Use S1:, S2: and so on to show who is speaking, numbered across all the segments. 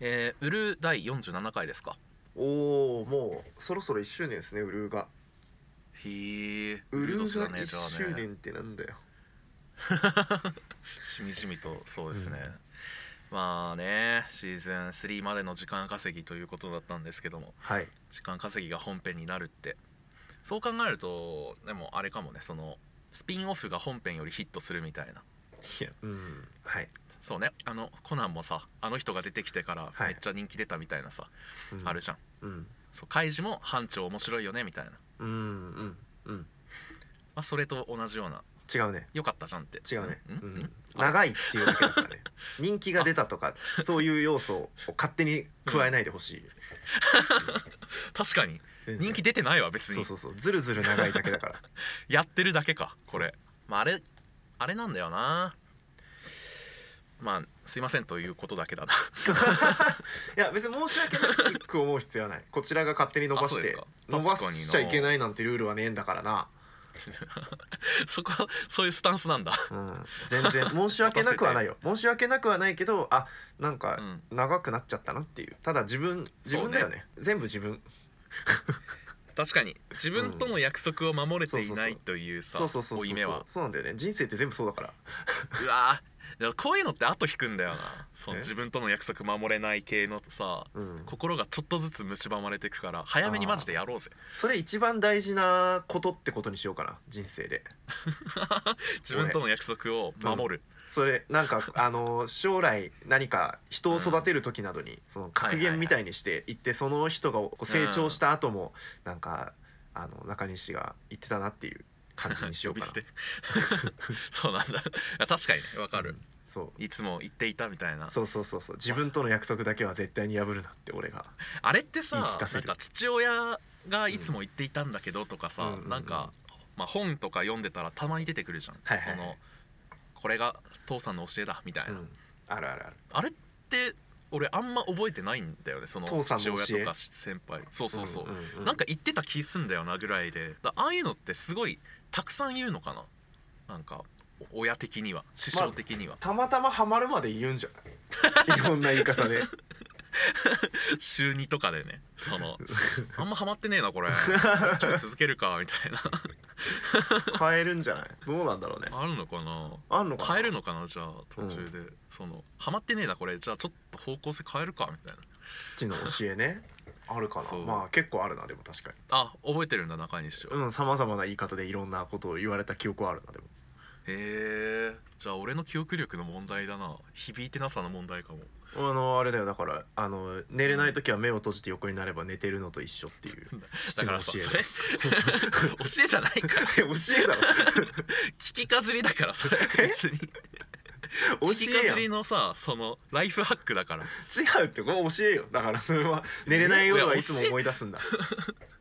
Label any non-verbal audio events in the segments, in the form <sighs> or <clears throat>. S1: えー、売る第47回ですか
S2: おおもうそろそろ1周年ですねウルーが
S1: へえ
S2: ウル
S1: 年
S2: ー
S1: だ
S2: が
S1: ね
S2: 1
S1: じゃ
S2: 周
S1: あね
S2: 年ってなんだよ
S1: しみじみとそうですね、まあねシーズン3までの時間稼ぎということだったんですけども
S2: はい
S1: 時間稼ぎが本編になるってそう考えるとでもあれかもねそのスピンオフが本編よりヒットするみたいない
S2: やうんはい、
S1: そうねあのコナンもさあの人が出てきてから
S2: はい
S1: めっちゃ人気出たみたいなさ、
S2: うん
S1: あるじゃん
S2: うん
S1: そうカイジも班長面白いよねみたいな、ま
S2: うんうんうん
S1: あ、それと同じような
S2: 違うね
S1: よかったじゃんって
S2: 違うね、
S1: ん
S2: うん
S1: ん
S2: 長いっていうだけだ
S1: <laughs>
S2: からね人気が出たとかそういう要素を勝手に加えないでほしい、
S1: 確かに
S2: 全然
S1: <laughs> 人気出てないわ別
S2: そう
S1: に
S2: そうそうずるずる長いだけ
S1: <laughs>
S2: だから
S1: やってるだけかこれ、まあ、あれあれなんだよなまあすいませんということだけだない
S2: や別に申し訳ないく思う必要はないこちらが勝手に伸ば
S1: あそう
S2: し
S1: です
S2: て
S1: か
S2: 伸ばしちゃいけ
S1: い
S2: ないなんてルールはねえんだからな、
S1: <laughs> そこそういうスタンスなんだ、
S2: うん、全
S1: <laughs>
S2: 然申し訳なくはないよ申し訳なくはないけどあなん
S1: う
S2: か
S1: ん、
S2: 長くなっちゃったなっていうただ自分自分だよね全部自分
S1: 確かに自分との約束を守れていない
S2: うん
S1: というさ
S2: そうそうそうそう
S1: 負い目
S2: そう
S1: は
S2: そうなんだよね人生って全部そうだから
S1: うわーでもこういうのって後引くんだよなその
S2: え
S1: 自分との約束守れない系のさ
S2: うん
S1: 心がちょっとずつ蝕まれていくから早めにマジでやろうぜ
S2: それ一番大事なことってことにしようかな人生で
S1: 自分との約束を守る、
S2: それなん
S1: <laughs>
S2: かあの将来何か人を育てる時などにその格言みたいにして言ってその人がこう成長した後もなんかあの中西が言ってたなっていう感じにしよ
S1: 呼
S2: うか
S1: び
S2: な
S1: 捨て <laughs> そうなんだいや確かにねわか
S2: う
S1: る
S2: ん、そう
S1: いつも言っていたみたいな
S2: そうそうそうそう自分との約束だけは絶対に破るなって俺が
S1: あれって
S2: 言い
S1: さ
S2: 聞かせ
S1: なん
S2: る
S1: か父親がいつも言っていたんだけどとかさ、
S2: うんうんうん
S1: なんか、まあ、本とか読んでたらたまに出てくるじゃん、
S2: はいはいはい
S1: そのこれが父さんの教えだみたいな、
S2: うんあるあるある
S1: あれって俺あんま覚えてないんだよねその
S2: 父さん
S1: 父
S2: の教え
S1: 親とか先輩そうそうそう、
S2: んんん
S1: なんか言ってた気すんだよなぐらいでだああいうのってすごいたくさん言うのかななんかお親的には師匠的には、
S2: たまたまハマるまで言うんじゃ
S1: <laughs>
S2: ないいろんな言い方で
S1: 週2とかでねそ
S2: <laughs>
S1: のあんまハマってねえなこれちょっと続けるかみたいな
S2: 変えるんじゃないどうなんだろうね
S1: あるのかな
S2: あんのかな
S1: 変えるのかなじゃあ途中で、そのハマってねえなこれじゃあちょっと方向性変えるかみたいな
S2: 父の教えねあるかな
S1: そう
S2: まあ結構あるなでも確かに
S1: あ覚えてるんだ中西は、へ
S2: うんさまざまな言い方でいろんなことを言われた記憶はあるなでも
S1: えじゃあ俺の記憶力の問題だな響いてなさの問題かも
S2: あのあれだよだからあの寝れない時は目を閉じて横になれば寝てるのと一緒っていう
S1: だ
S2: 父
S1: か
S2: の
S1: らさ
S2: 教
S1: そ
S2: え
S1: れ <laughs>
S2: だ
S1: 教えじゃないから
S2: 教えだ
S1: 聞きかじりだからそれ
S2: え
S1: 別に
S2: ろ教
S1: 聞き
S2: え
S1: か
S2: や
S1: じ
S2: ん違
S1: りのさそのライフハックだから
S2: うってこれ教えよだからそれは寝れない夜はいつも思い出すんだ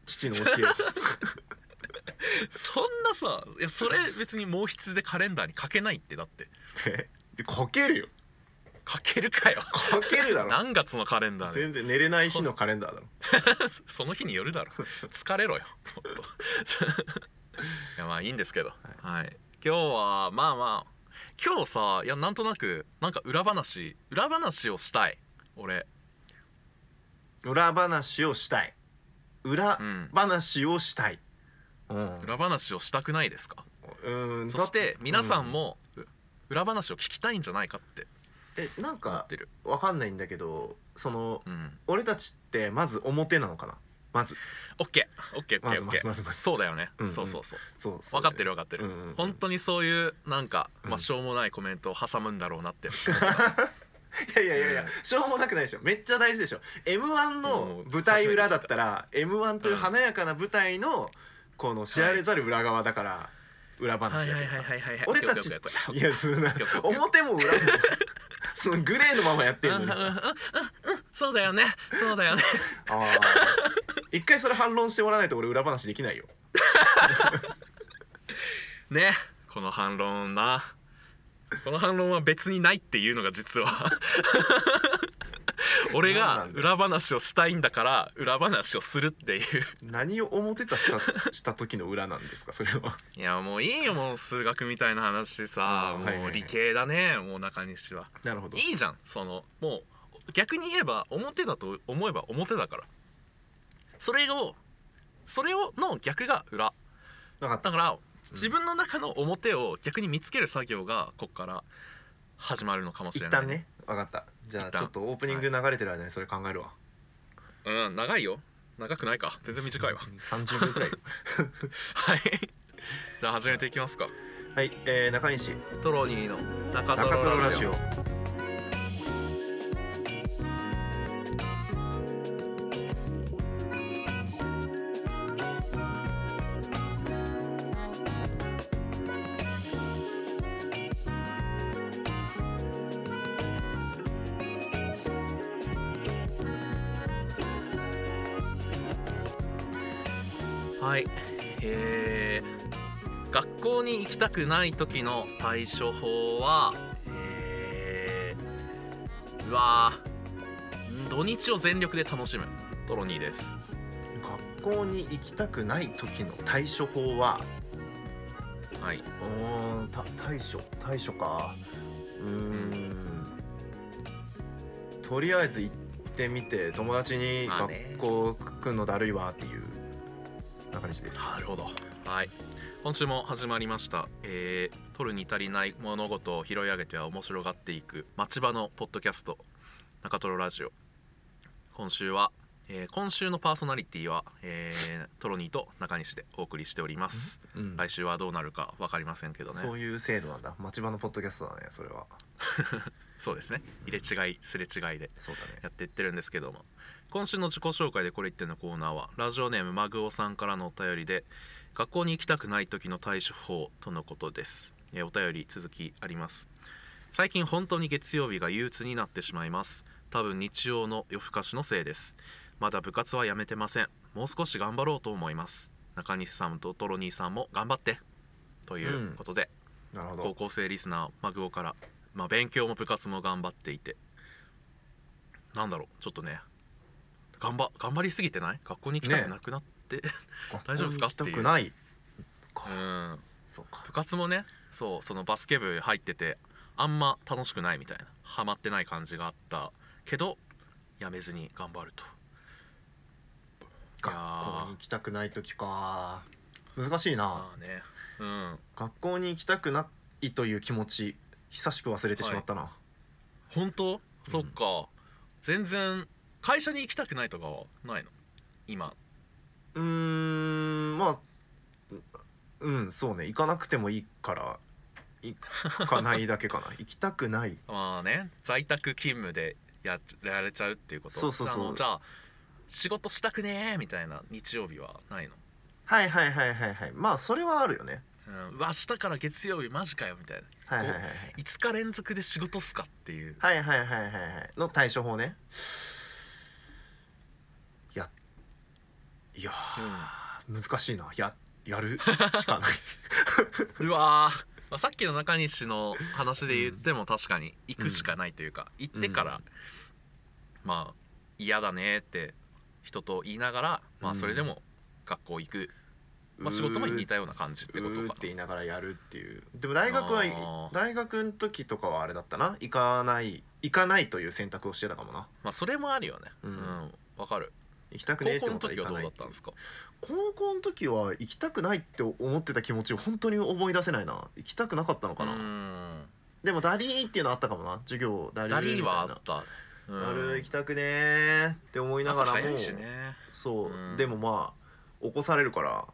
S2: 父の教え
S1: そんなさいやそれ別に毛筆でカレンダーに書けないってだって
S2: えで書けるよ
S1: 書けるかよ
S2: 書けるだろ
S1: 何月のカレンダーで
S2: 全然寝れない日のカレンダーだろ
S1: <laughs> その日によるだろ疲れろよもっと <laughs> いやまあいいんですけどはい、今日はまあまあ今日さいやなんとなくなんか裏話裏話をしたい俺
S2: 裏話をしたい裏
S1: うん
S2: 話をしたい、うん、
S1: 裏話をしたくないですか
S2: うん
S1: そして皆さん、もう裏話を聞きたいんじゃないかって
S2: だってうんえなん
S1: 思
S2: か
S1: ってる
S2: わかんないんだけどその
S1: うん
S2: 俺たちってまず表なのかなまず
S1: オッケーオッケーオッ
S2: ま
S1: ケ
S2: ず
S1: ーオッケー
S2: まずまずまず
S1: そうだよね、
S2: うんうん
S1: そうそうそう
S2: そう
S1: 分かってる分かって
S2: う
S1: る、
S2: んうんうん
S1: 本当にそういうなんか、ま
S2: う
S1: あ、
S2: ん
S1: しょうもないコメントを挟むんだろうなって
S2: いやいやいやいや、
S1: うん
S2: しょうもなくないでしょめっちゃ大事でしょ m 1
S1: も
S2: の
S1: う
S2: 舞台裏だったら m 1という華やかな舞台のこの知られざる裏側だから裏
S1: はい
S2: 話
S1: は
S2: だ
S1: い
S2: け
S1: は
S2: ど
S1: い
S2: さ
S1: はいはい
S2: 俺たち
S1: オッケーオッケーオッケー
S2: いやそんな
S1: オッケーオッケーオッケー
S2: 表も裏もそのグレーのままやってるのに
S1: <laughs> うんうんうん
S2: さ
S1: うんそうだよねそうだよね
S2: あー一回それ反論してもらわないと俺裏話できないよ
S1: <laughs> ねこの反論なこの反論は別にないっていうのが実 <laughs> は俺が裏話をしたいんだから裏話をするっていう
S2: 何を表としたした時の裏なんですかそれはい
S1: やもういいよもう数学みたいな話さ
S2: あーはいはい
S1: も
S2: は
S1: う
S2: い
S1: 理系だねもう中西は
S2: なるほ
S1: いいじゃんそのもう逆に言えば表だと思えば表だからそれをそれをの逆が裏
S2: 分かった
S1: だから自分の中の表を逆に見つける作業がここから始まるのかもし
S2: 一
S1: れない
S2: 旦ね分かったじゃあ
S1: 一
S2: ち
S1: 旦
S2: ょっとオープニング流れてる間にそれ考えるわ、
S1: うん長いよ長くないか全然短い
S2: <laughs>
S1: わ
S2: 30秒くらい
S1: はいじゃあ始めていきますか
S2: はい、えー、中西
S1: トロニーの中
S2: 中トロラジオ
S1: はいえー、学校に行きたくない時の対処法はえー、うわー土日を全力で楽しむトロニーです
S2: 学校に行きたくない時の対処法は
S1: はい、
S2: うーんた対処対処かうーんとりあえず行ってみて友達に
S1: まあね
S2: 学校来んのだるいわっていう中西です
S1: なるほどはい今週も始まりました、えー、取るに足りない物事を拾い上げては面白がっていく町場のポッドキャスト中トロラジオ今週は、えー今週のパーソナリティは、えートロニーと中西でお送りしております
S2: うん
S1: 来週はどうなるか分かりませんけどねそ
S2: そうういう制度なんだ町場のポッドキャストだねそれは
S1: ですね入れ違いすれ違いで
S2: そうだね
S1: やっていってるんですけども今週の自己紹介でこれ言ってのコーナーはラジオネームマグオさんからのお便りで学校に行きたくない時の対処法とのことですえーお便り続きあります最近本当に月曜日が憂鬱になってしまいます多分日曜の夜更かしのせいですまだ部活はやめてませんもう少し頑張ろうと思います中西さんとトロニーさんも頑張ってということで、
S2: なるほ
S1: 高
S2: ど
S1: 校生リスナーマグオから、まあ、勉強も部活も頑張っていてなんだろうちょっとね頑張頑張りすぎてない学校に行きたくなくなって、大丈夫ですか
S2: 学校に行きたくないか
S1: うん
S2: そうか
S1: 部活もねそうそのバスケ部入っててあんま楽しくないみたいなハマってない感じがあったけどやめずに頑張ると
S2: 学校に行きたくない時か難しいな
S1: まあねうん
S2: 学校に行きたくないという気持ち久しく忘れてしまったな、
S1: 本当そっか全然会社に行きたくないとかはないの今
S2: うーんまあううんそうね行かなくてもいいから行かないだけ <laughs> かな行きたくない
S1: まあね在宅勤務でやっちやられちゃうっていうこと
S2: そうそうそう
S1: あのじゃあ仕事したくねえみたいな日曜日はないの、
S2: はいはいはいはいはいまあそれはあるよね
S1: うん、うわ明日から月曜日マジかよみたいな
S2: はいはいはいはい
S1: 5日連続で仕事っすかっていう
S2: はいはいはいはいはいの対処法ねやいやー、難しいなややるし <laughs> かない
S1: うわー、まあ、さっきの中西の話で言っても確かに行くしかないというか、行ってから、
S2: うん
S1: まあ嫌だねって人と言いながら、まあ、それでも学校行く、まあ、仕事も似たような感じってこ
S2: う
S1: と
S2: ーっ
S1: か
S2: て言いながらやるっていうでも大学は
S1: あー
S2: 大学の時とかはあれだったな行かない行かないという選択をしてたかもな
S1: まあそれもあるよね
S2: う
S1: うんんわ、かる
S2: 行きたくねえっ
S1: 高
S2: て
S1: 校の時は
S2: 思ったら行
S1: ど
S2: か
S1: う
S2: ない
S1: だったんですか
S2: 高校の時は行きたくないって思ってた気持ちを本当に思い出せないな行きたくなかったのかな、
S1: うーん
S2: でもダリーっていうのあったかもな授業ダリー
S1: ダ
S2: みた
S1: リ
S2: い
S1: ー
S2: な
S1: はあったうん
S2: ダリー行きたくねーって思いながら
S1: 朝
S2: も
S1: 早いしね
S2: そう、
S1: うん
S2: でもまあ起こされるから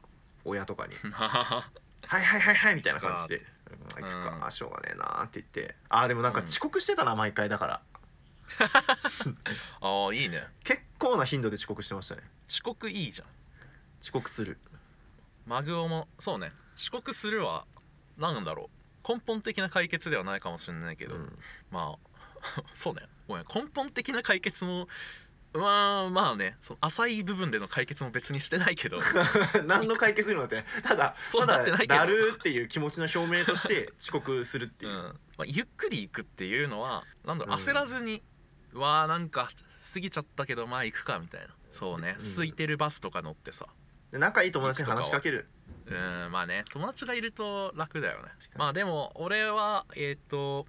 S2: 親とかに
S1: あ
S2: 「はいはいはいはい」みたいな感じで「うん
S1: か
S2: 行く
S1: う
S2: かしょうがねえな」って言ってあーでもなんか遅刻してたな毎回だから
S1: あいいね
S2: 結構な頻度で遅刻してましたね
S1: 遅刻いいじゃん
S2: 遅刻する
S1: マグオもそうね遅刻するは何なんだろう根本的な解決ではないかもしれないけ
S2: け
S1: ど、
S2: ど、
S1: まあ <laughs> そうねごめん根本的な解決もまあまあねその浅い部分での解決も別にしてないけど
S2: <laughs> 何の解決にもなってないただ
S1: そう
S2: た
S1: なってないけ
S2: だ
S1: ど
S2: だるーっていう気持ちの表明と
S1: <laughs>
S2: して遅刻するって
S1: う
S2: い
S1: ん
S2: う、
S1: まあ、ゆっくり行くっていうのはなんだろう
S2: うん
S1: 焦らずに、うわーなんか過ぎちゃったけどまあ行くかみたいなそうね、
S2: うん
S1: 空いてるバスとか乗ってさ
S2: で仲いい友達に話しかける
S1: うんまあね友達がいると楽だよね
S2: かに
S1: まあでも俺はえっ、と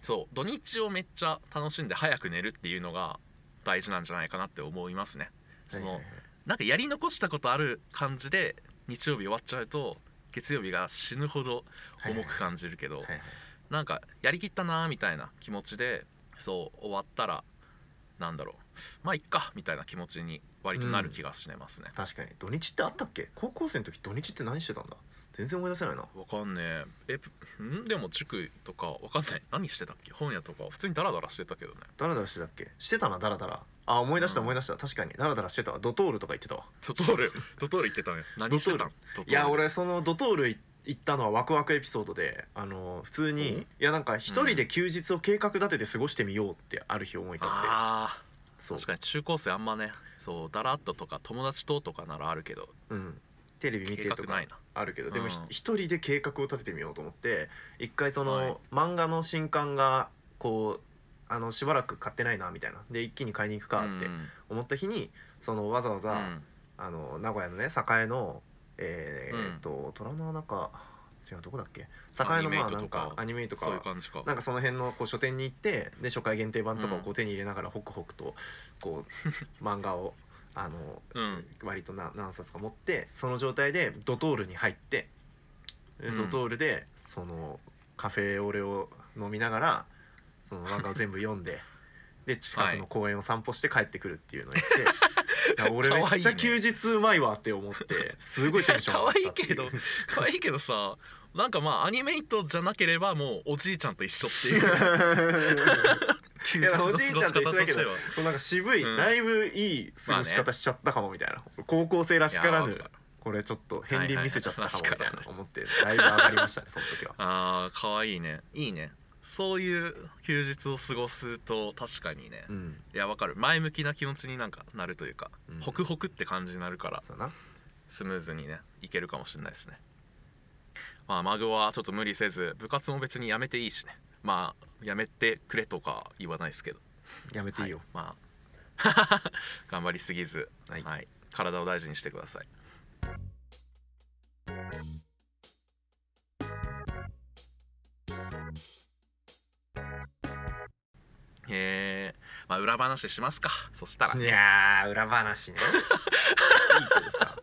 S1: そう土日をめっちゃ楽しんで早く寝るっていうのが大事なんじゃないかなって思いますねその、
S2: はいはいはい
S1: なんかやり残したことある感じで日曜日終わっちゃうと月曜日が死ぬほど重く感じるけど、
S2: はいはい
S1: なんかやりきったなーみたいな気持ちでそう終わったらなんだろうまあいっかみたいな気持ちに割となる気がしますね、
S2: 確かに土日ってあったっけ高校生の時土日って何してたんだ全然思い出せないな
S1: わかんねええぷんでも塾とかわかんない何してたっけ本屋とか普通にダラダラしてたけどね
S2: ダラダラしてたっけしてたなダラダラあ思い出した
S1: うん
S2: 思い出した、確かにダラダラしてたわドトールとか言ってたわ
S1: ドトー
S2: <laughs>
S1: ルドトール行ってたね何してたんドトール
S2: いや俺そのドトールい行ったのはワクワクエピソードであの普通に
S1: うん
S2: いやなんか一人で休日を計画立てて過ごしてみようってある日思い立って、
S1: ああ
S2: そう
S1: 確かに中高生あんまねそうダラっととか友達ととかならあるけど
S2: うん、テレビ見て
S1: 計
S2: と
S1: 画
S2: か
S1: ないな
S2: あるけどでもひ
S1: うん
S2: 一人で計画を立ててみようと思って一回その、
S1: はい
S2: 漫画の新刊がこうあのしばらく買ってないなみたいなで一気に買いに行くかって
S1: うん
S2: 思った日にそのわざわざ、
S1: うん
S2: あの名古屋のね栄のえー
S1: うん
S2: えっと虎の穴か違うどこだっけ栄のまあなんかア
S1: ア
S2: ニメイト
S1: そういう
S2: か
S1: 感じか
S2: なんかその辺のこう書店に行ってで初回限定版とかを
S1: う
S2: こう手に入れながらホクホクとこ
S1: <laughs>
S2: う漫画をあの
S1: うん
S2: 割とな何冊か持ってその状態でドトールに入って、で
S1: うん
S2: ドトールでそのカフェオレを飲みながらその漫画を全部読んで <laughs> で近くの公園を散歩して帰ってくるっていうのを
S1: <laughs>
S2: やって、いや俺
S1: かわいいね
S2: めっちゃ休日うまいわって思ってすごいテンション上がったって
S1: <laughs>
S2: う
S1: かわいいけ可愛いけどさなんかまあアニメイトじゃなければもうおじいちゃんと一緒って
S2: <laughs>
S1: いう休
S2: いやおじいちゃんと一緒だけど
S1: は
S2: なんか渋い、
S1: うん
S2: だいぶいい過ごし方しちゃったかもみたいな、高校生らしから
S1: い
S2: ぬ
S1: やわかる
S2: これちょっと片鱗見せちゃったかもみたい
S1: はいはいはいらしから
S2: な
S1: ぬ
S2: 思ってだいぶ上がりましたねその時は。
S1: あー可愛いねいいねそういう休日を過ごすと確かにね、
S2: うん
S1: いやわかる前向きな気持ちになんかなるというか、
S2: うん
S1: ホクホクって感じになるから
S2: そうだな
S1: スムーズにねいけるかもしれないですねまあマグはちょっと無理せず部活も別にやめていいしねまあやめてくれとか言わないですけど
S2: やめていいよ、
S1: まあ <laughs> 頑張りすぎず、
S2: は
S1: はいい体を大事にしてくださいえー、まあ裏話しますかそしたら
S2: い、やー裏話ねいいけどさ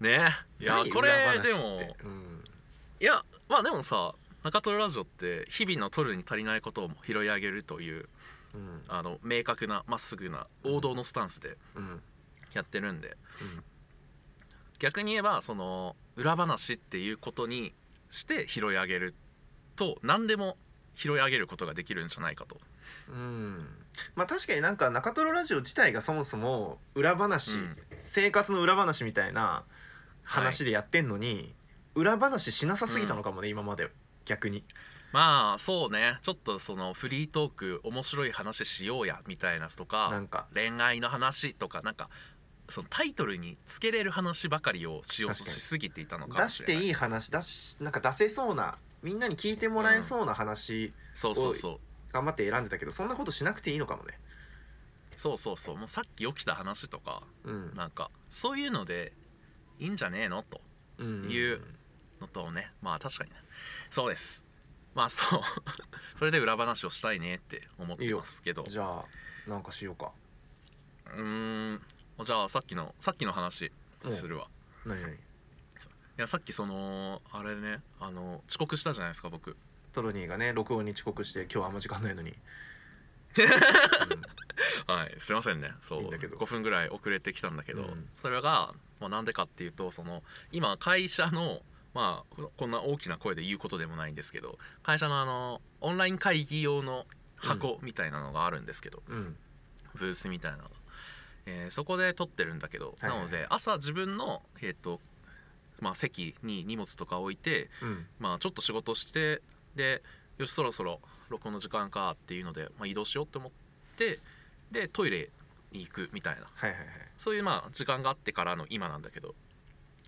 S1: ねいや
S2: 何
S1: これ
S2: 裏話って
S1: でも
S2: うん
S1: いやまあでもさ中トロラジオって日々のトるに足りないことを拾い上げるという
S2: うん
S1: あの明確なまっすぐな王道のスタンスで
S2: うん
S1: やってるんで逆に言えばその裏話っていうことにして拾い上げると何でも拾い上げることができるんじゃないかと。
S2: うん、うん、まあ確かになんか中トロラジオ自体がそもそも裏話、
S1: うん
S2: 生活の裏話みたいな話でやってんのに、裏話しなさすぎたのかもね、今まで逆に
S1: まあそうねちょっとそのフリートーク面白い話しようやみたいなと
S2: な
S1: か
S2: んか
S1: 恋愛の話とかなんかそのタイトルにつけれる話ばかりをしようと
S2: 確かに
S1: しすぎていたのかも
S2: 出し
S1: しれ
S2: て
S1: ない
S2: いい話出しなんか出せそうなみんなに聞いてもらえそうな話、
S1: そうそうそう
S2: 頑張って選んでたけどそんなことしなくていいのかもね
S1: そうそうそうもうさっき起きた話とか
S2: うん、
S1: なんかそういうのでいいんじゃねえのと
S2: うん
S1: 言うのとねまあ確かにねそうですまあそう <laughs> それで裏話をしたいねって思ってますけど
S2: じゃあなんかしようか
S1: うーんじゃあさっきのさっきの話するわ
S2: 何何
S1: いやさっきそのあれねあの遅刻したじゃないですか僕
S2: トロニーがね録音に遅刻して今日はあんま時間ないの <laughs> に、
S1: はいすいませんねそう
S2: いいんだけど
S1: 5分ぐらい遅れてきたんだけど、
S2: うん
S1: それがまあなんでかっていうとその今会社のまあここんな大きな声で言うことでもないんですけど会社のあのオンライン会議用の箱みたいなのがあるんですけど、
S2: うんうん
S1: ブースみたいなのが、えーそこで撮ってるんだけど、
S2: はいはい
S1: なので朝自分の、えーとまあ、席に荷物とか置いて、
S2: うん
S1: まあ、ちょっと仕事してでよしそろそろ録音の時間かっていうので、まあ、移動しようって思ってでトイレに行くみたいな
S2: はいはいはい
S1: そういうまあ時間があってからの今なんだけど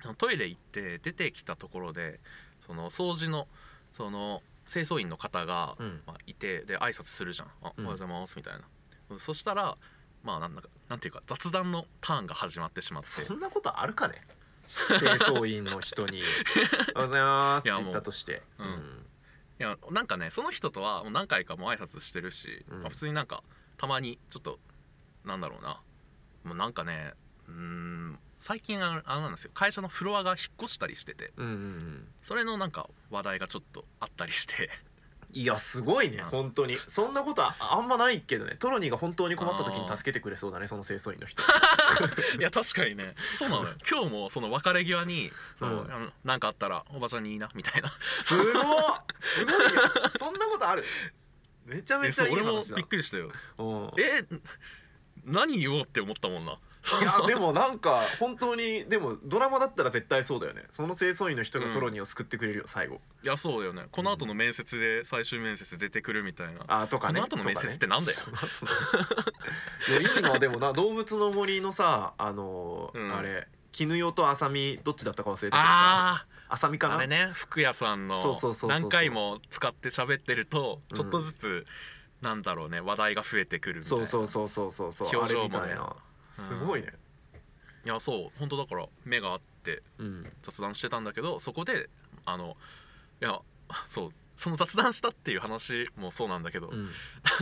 S1: あのトイレ行って出てきたところでその掃除のその清掃員の方が、
S2: うん
S1: まあ、いてで挨拶するじゃん「あおは
S2: うん
S1: ようございます」みたいな、そしたらまあなんだかなんていうか雑談のターンが始まってしまって
S2: そんなことある <laughs> かね <laughs> 清掃員の人に「おはようございます」って言ったとして
S1: いやもううんいやなんかねその人とはもう何回かもう挨拶してるし、
S2: うん
S1: まあ普通になんかたまにちょっとなんだろうなもうなんかねうーん最近あのあれなんですよ会社のフロアが引っ越したりしてて
S2: うんうんうん
S1: それのなんか話題がちょっとあったりして
S2: <laughs> いやすごいね
S1: うん
S2: 本当にそんなことああんまないけどねトロニーが本当に困った時に助けてくれそうだねその清掃員の人
S1: いや確かにねそうなのよ今日もその別れ際にそうの
S2: ん
S1: あのなんかあったらおばちゃんにいいなみたいな
S2: <laughs> すごっすごいよそんなことあるめちゃ
S1: え
S2: め
S1: <laughs>
S2: ち
S1: そ
S2: ゃ
S1: う
S2: いい
S1: 俺も
S2: 話だ
S1: びっくりしたよ
S2: うん
S1: え何言おうって思ったもんない
S2: やでもなんか本当にでもドラマだったら絶対そうだよねその清掃員の人がトロニーを救ってくれるよ最後
S1: いやそうだよねこの後の面接で最終面接で出てくるみたいな
S2: あとか
S1: こ
S2: ね
S1: の後の面接ってなんだよ、
S2: いやいいのはでもな動物の森のさあのー
S1: うん
S2: あれ絹代と浅見どっちだったか忘れてたけどさ
S1: あ
S2: 浅見か
S1: あ
S2: な
S1: あれね服屋さん
S2: そう
S1: の
S2: そうそうそう
S1: 何回も使って喋ってると
S2: うん
S1: ちょっとずつなんだろうね話題が増えてくるみたい
S2: そう
S1: な
S2: そうそうそうそうそう
S1: 表情もね
S2: あれみたいな
S1: うん
S2: すごいね
S1: いやそう本当だから目があって
S2: うん
S1: 雑談してたんだけどそこであのいやそうその雑談したっていう話もそうなんだけど、
S2: うん
S1: な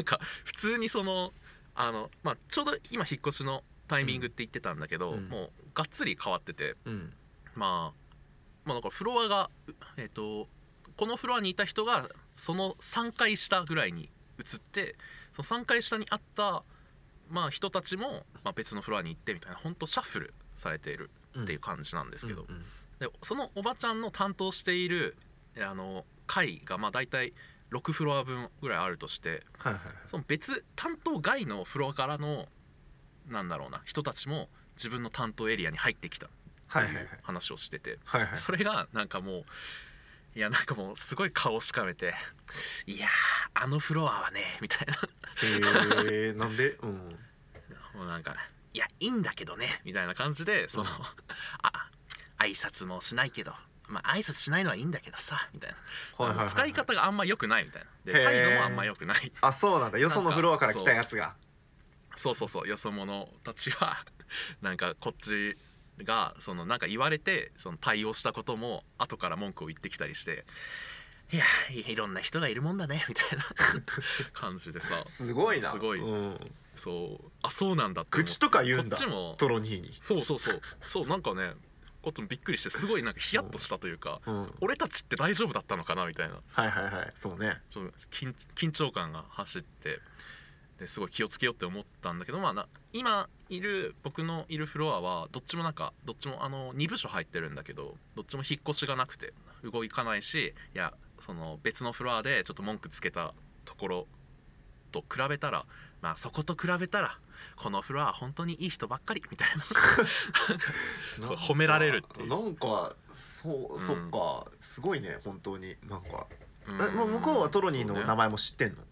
S1: んか普通にそのあの、まあ、ちょうど今引っ越しのタイミングって言ってたんだけど、
S2: うん
S1: もうがっつり変わってて
S2: うん
S1: まあまあだからフロアがうえっ、とこのフロアにいた人がその3階下ぐらいに移ってその3階下にあった、まあ、人たちも、まあ、別のフロアに行ってみたいな本当シャッフルされている
S2: うん
S1: っていう感じなんですけど、
S2: うんうん
S1: でそのおばちゃんの担当しているえあの階がまあ大体6フロア分ぐらいあるとして
S2: はいはいはい
S1: その別担当外のフロアからのなんだろうな人たちも自分の担当エリアに入ってきたって
S2: はい
S1: い
S2: はいはいう
S1: 話をしてて、
S2: はいはい
S1: それがなんかもういやなんかもうすごい顔しかめて「いやーあのフロアはね」みたいな <laughs>
S2: へえなんでうん
S1: もうなんか「いやいいんだけどね」みたいな感じでその
S2: うん
S1: 「 <laughs> あ挨拶もしないけど」まあ挨拶しないのはいいんだけどさみたいな、
S2: はいはいはいはい
S1: 使い方があんま良くないみたいなで
S2: へー
S1: 態度もあんま良くない
S2: あそうなんだよそのフロアから
S1: なん
S2: 来
S1: か
S2: たやつが
S1: そうそうそうよそ者たちは <laughs> なんかこっちがそのなんか言われてその対応したことも後から文句を言ってきたりしていやいいろんな人がいるもんだねみ <laughs> たいな感じでさ
S2: すごいな
S1: すごい
S2: うん
S1: そうあそうなんだって思っ
S2: 愚
S1: て
S2: 痴とか言うんだ
S1: こっちも
S2: トロニーに
S1: そうそうそうそうなんかねこっちもびっくりしてすごいなんかヒヤッとしたというか
S2: うん
S1: 俺たちって大丈夫だったのかなみたいな
S2: はいはいはいそうね
S1: ちょっと緊緊張感が走ってですごい気をつけようって思ったんだけど、まあ、な今いる僕のいるフロアはどっちもなんかどっちもあの2部署入ってるんだけどどっちも引っ越しがなくて動かないしいやその別のフロアでちょっと文句つけたところと比べたら、まあ、そこと比べたらこのフロアは本当にいい人ばっかりみたいな
S2: なんか
S1: 褒められるっていう
S2: なんかそううんそっかすごいね本当になんかえ
S1: ん
S2: もう向こうはトロニーの
S1: そうね
S2: 名前も知ってんの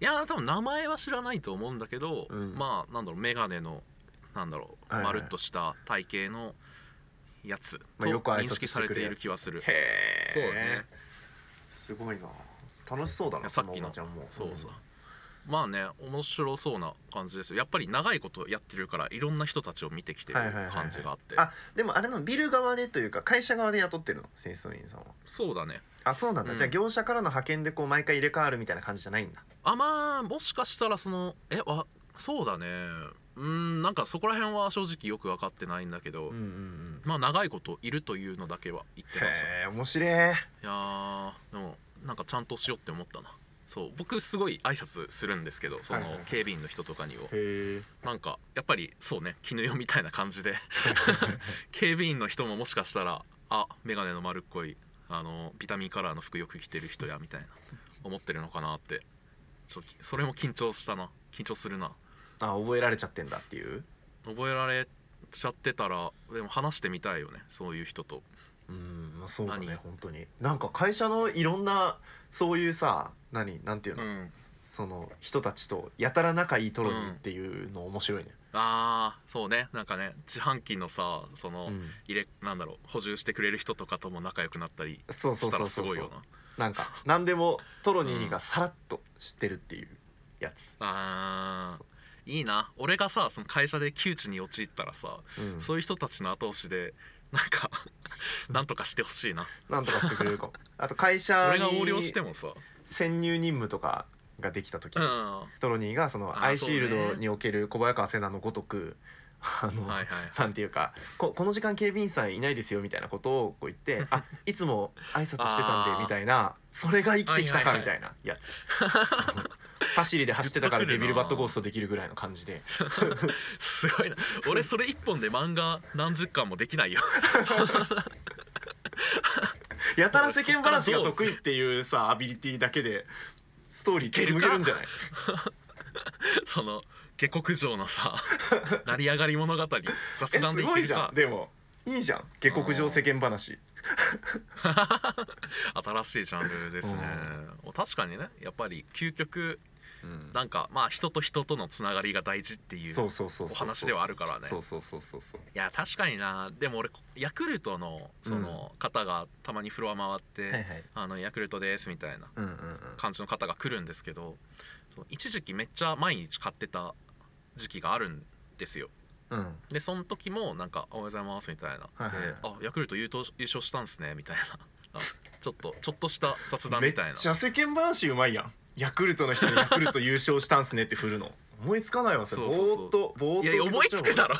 S1: いやー多分名前は知らないと思うんだけど、
S2: うん
S1: まあなんだろう眼鏡のなんだろう、
S2: はいはい
S1: まるっとした体型のやつと
S2: まあよく挨拶
S1: 認識されている気はする、
S2: へえ
S1: そうね
S2: すごいな楽しそうだ
S1: いや
S2: な
S1: さ
S2: そ
S1: っき
S2: の
S1: の
S2: おばちゃんも
S1: そうそう、
S2: ん
S1: まあね面白そうな感じですよやっぱり長いことやってるからいろんな人たちを見てきてる
S2: はいはいはいはい
S1: 感じがあって、
S2: あでもあれのビル側でというか会社側で雇ってるの清掃員さんは
S1: そうだね
S2: あそうなんだ、
S1: うん
S2: じゃあ業者からの派遣でこう毎回入れ替わるみたいな感じじゃないんだ
S1: あまあもしかしたらそのえわそうだねうーんなんかそこら辺は正直よく分かってないんだけど、
S2: うんうんうん
S1: まあ長いこといるというのだけは言ってました
S2: へえ面白え
S1: いやーでもなんかちゃんとしようって思ったなそう僕すごい挨拶するんですけどその
S2: はいはいはい
S1: 警備員の人とかにを
S2: へえ
S1: なんかやっぱりそうね絹代みたいな感じ
S2: <laughs>
S1: で警備員の人ももしかしたらあ眼鏡の丸っこいあのビタミンカラーの服よく着てる人やみたいな思ってるのかなってちょっとそれも緊張したな緊張するな
S2: あ覚えられちゃってんだっていう
S1: 覚えられちゃってたらでも話してみたいよねそういう人と
S2: うんまあそうだね
S1: 何
S2: 本当になんか会社のいろんなそういうさ何なんていうの、
S1: ん
S2: その人たちとやたら仲いいトロニーっていうの面白いね、
S1: あーそうねなんかね自販機のさその、
S2: うん
S1: 入れなんだろう補充してくれる人とかとも仲良くなったり
S2: そうそ
S1: し
S2: う
S1: た
S2: そ
S1: ら
S2: う
S1: す
S2: そう
S1: ごいよな
S2: なんか何でもトロニーがさらっと知ってるっていうやつ、
S1: あーいいな俺がさその会社で窮地に陥ったらさ、
S2: うん
S1: そういう人たちの後押しでなん
S2: <laughs>
S1: かなんとかしてほしいな
S2: なんとかしてくれるかも <laughs> あと会社
S1: 俺が横領して
S2: に
S1: もさ、
S2: 潜入任務とかができた時、
S1: うん、は
S2: トロニーがそ
S1: あ
S2: の
S1: ー
S2: アイシー
S1: そう
S2: ル
S1: ね
S2: ドにおける小早川瀬名のごとくあ
S1: い
S2: の、
S1: はい
S2: なんていうかここの時間警備員さんいないですよみたいなことをこう言って
S1: <laughs>
S2: あいつも挨拶してたん
S1: あー
S2: でみたいなそれが生きてきた
S1: は
S2: か
S1: い
S2: み
S1: はいは
S2: たいなやつ走りで走ってたから
S1: グッとくる
S2: デ
S1: な
S2: ビルバットゴーストできるぐらいの
S1: <laughs>
S2: 感じで
S1: すごいな俺それ一本で漫画何十巻もできないよ <laughs>
S2: やたら世間話が得意っていうさアビリティだけでストーリー紡げるんじゃない
S1: その下克上の
S2: <laughs>
S1: さ成り上がり物語雑
S2: え
S1: 談ですい
S2: ご
S1: け
S2: い
S1: る
S2: じゃ
S1: か
S2: んでもいいじゃん下克上世間話
S1: 新しいジャンルですね、確かにねやっぱり究極
S2: うん
S1: なんかまあ人と人とのつながりが大事っていう
S2: そうそうそうそう
S1: お話ではあるからね
S2: そうそうそうそうそう
S1: いや確かになでも俺ヤクルトのその方がたまにフロア回って、
S2: はい
S1: あのヤクルトですみたいな
S2: うんうんうん
S1: 感じの方が来るんですけどそう一時期めっちゃ毎日買ってた時期があるんですよ
S2: うん
S1: でその時もなんか「おはようございます」みたいな「
S2: はいはいはい
S1: であヤクルト優勝優勝したんすね」みたいなあちょっとちょっとした雑談
S2: め
S1: み
S2: った
S1: いな
S2: ちゃ世間話うまいやんヤクルトの人にヤクルト優勝したんすねって振るの思いつかないわそれ
S1: そ
S2: ぼ
S1: うそうそう
S2: ーっと
S1: い
S2: ぼーっと
S1: やいや思いつくだろ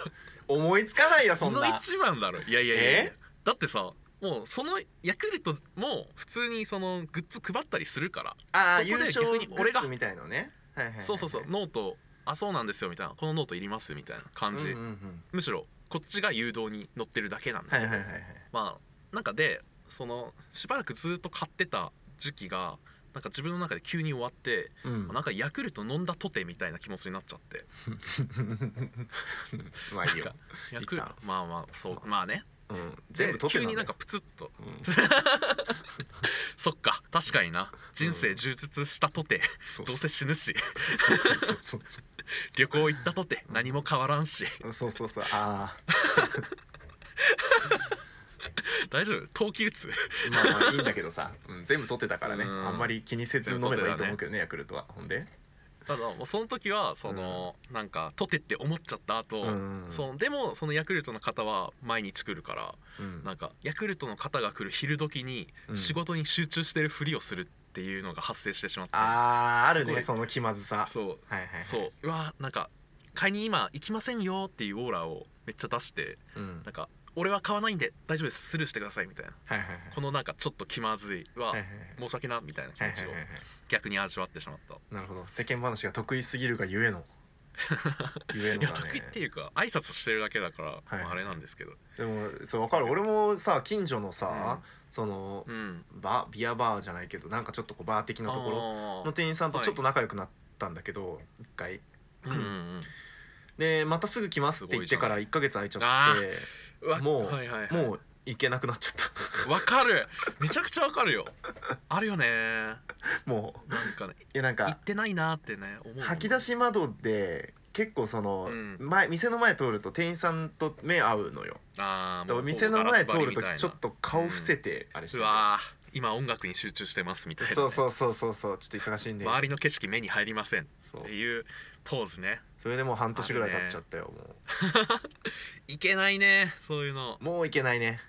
S2: 思いつかないよそ
S1: そ
S2: ん
S1: の
S2: な
S1: 一番だろいやいやいやいや
S2: え
S1: だってさもうそのヤクルトも普通にそのグッズ配ったりするから、
S2: ああ
S1: そこ
S2: 優
S1: で
S2: 勝
S1: 逆に俺が
S2: グッズみたいのねはいはいはいはい
S1: そうそうそうノートあそうなんですよみたいなこのノートいりますみたいな感じ、
S2: うんうんうん
S1: むしろこっちが誘導に乗ってるだけなんだ
S2: は
S1: け
S2: い
S1: ど、
S2: はいはいはい
S1: まあなんかでそのしばらくずっと買ってた時期がなんか自分の中で急に終わって、
S2: うん
S1: なんかヤクルト飲んだとてみたいな気持ちになっちゃって
S2: <laughs> まあいいよ、
S1: ヤクル
S2: いいか
S1: トまあまあそうまあね
S2: うん、全部取って
S1: で急になんかプツッと
S2: うん
S1: そっか確かにな人生充実したとて、
S2: そう
S1: どうせ死ぬし <laughs>
S2: そうそう
S1: 旅行行ったとて何も変わらんし <laughs>
S2: そうそうそうあ
S1: 大丈夫陶器打つ
S2: あまあまあいいんだけどさ、 <laughs> うん、全部取ってたからね
S1: うん
S2: あんまり気にせず飲めばいいと思うけどねヤクルトはほんで
S1: ただもうその時はその、なんかとてって思っちゃった後、
S2: うん
S1: そのでもそのヤクルトの方は毎日来るから
S2: うん
S1: なんかヤクルトの方が来る昼時に
S2: うん
S1: 仕事に集中してるふりをするっていうのが発生してしまって、
S2: あーある
S1: すご
S2: ね
S1: い
S2: その気まずさ
S1: そう
S2: はいはいはい
S1: そううわなんか買いに今行きませんよっていうオーラをめっちゃ出して
S2: うん
S1: なんか俺は買わないんで大丈夫ですスルーしてくださいみたいな
S2: はいはいはい
S1: このなんかちょっと気まずいは
S2: はいはい
S1: 申し訳なみたいな気
S2: はい
S1: 持
S2: はい
S1: ちを
S2: はいはい
S1: 逆に味わってしまった
S2: なるほど世間話が得意すぎるがゆ
S1: <laughs>
S2: えのゆえの
S1: いや
S2: だ
S1: 得意っ
S2: ね
S1: ていうか挨拶してるだけだから、
S2: はい
S1: まああれなんですけど
S2: でもそうわかる俺もさ近所のさ
S1: う
S2: その
S1: うん
S2: バビアバーじゃないけどなんかちょっとこうバー的なところ
S1: あー
S2: の店員さんと
S1: はい
S2: ちょっと仲良くなったんだけど一回
S1: うんうん
S2: でまたすぐ来ますって言ってから1ヶ月空いちゃ
S1: あ
S2: って
S1: うんわ
S2: もう
S1: はいはいはい
S2: もう行けなくなっちゃっ
S1: わかるめちゃくちゃわかるよあるよね
S2: た <laughs> もう
S1: なんかね
S2: いやなん
S1: 行
S2: か
S1: ってないなってね思う
S2: 吐き出し窓で結構その、
S1: うん
S2: 前店の前通ると店員さんと目合うのよ
S1: あ
S2: お店の前通るときちょっと顔伏せてあれして
S1: う
S2: る、
S1: わー今音楽に集中してますみたいなね、
S2: そうそうそうそうそうちょっと忙しいんで、
S1: 周りの景色目に入りません
S2: そう
S1: っていうポーズね
S2: それでもう半年ぐらい経っちゃったよ、
S1: いけないねそういうの
S2: もうもういけないね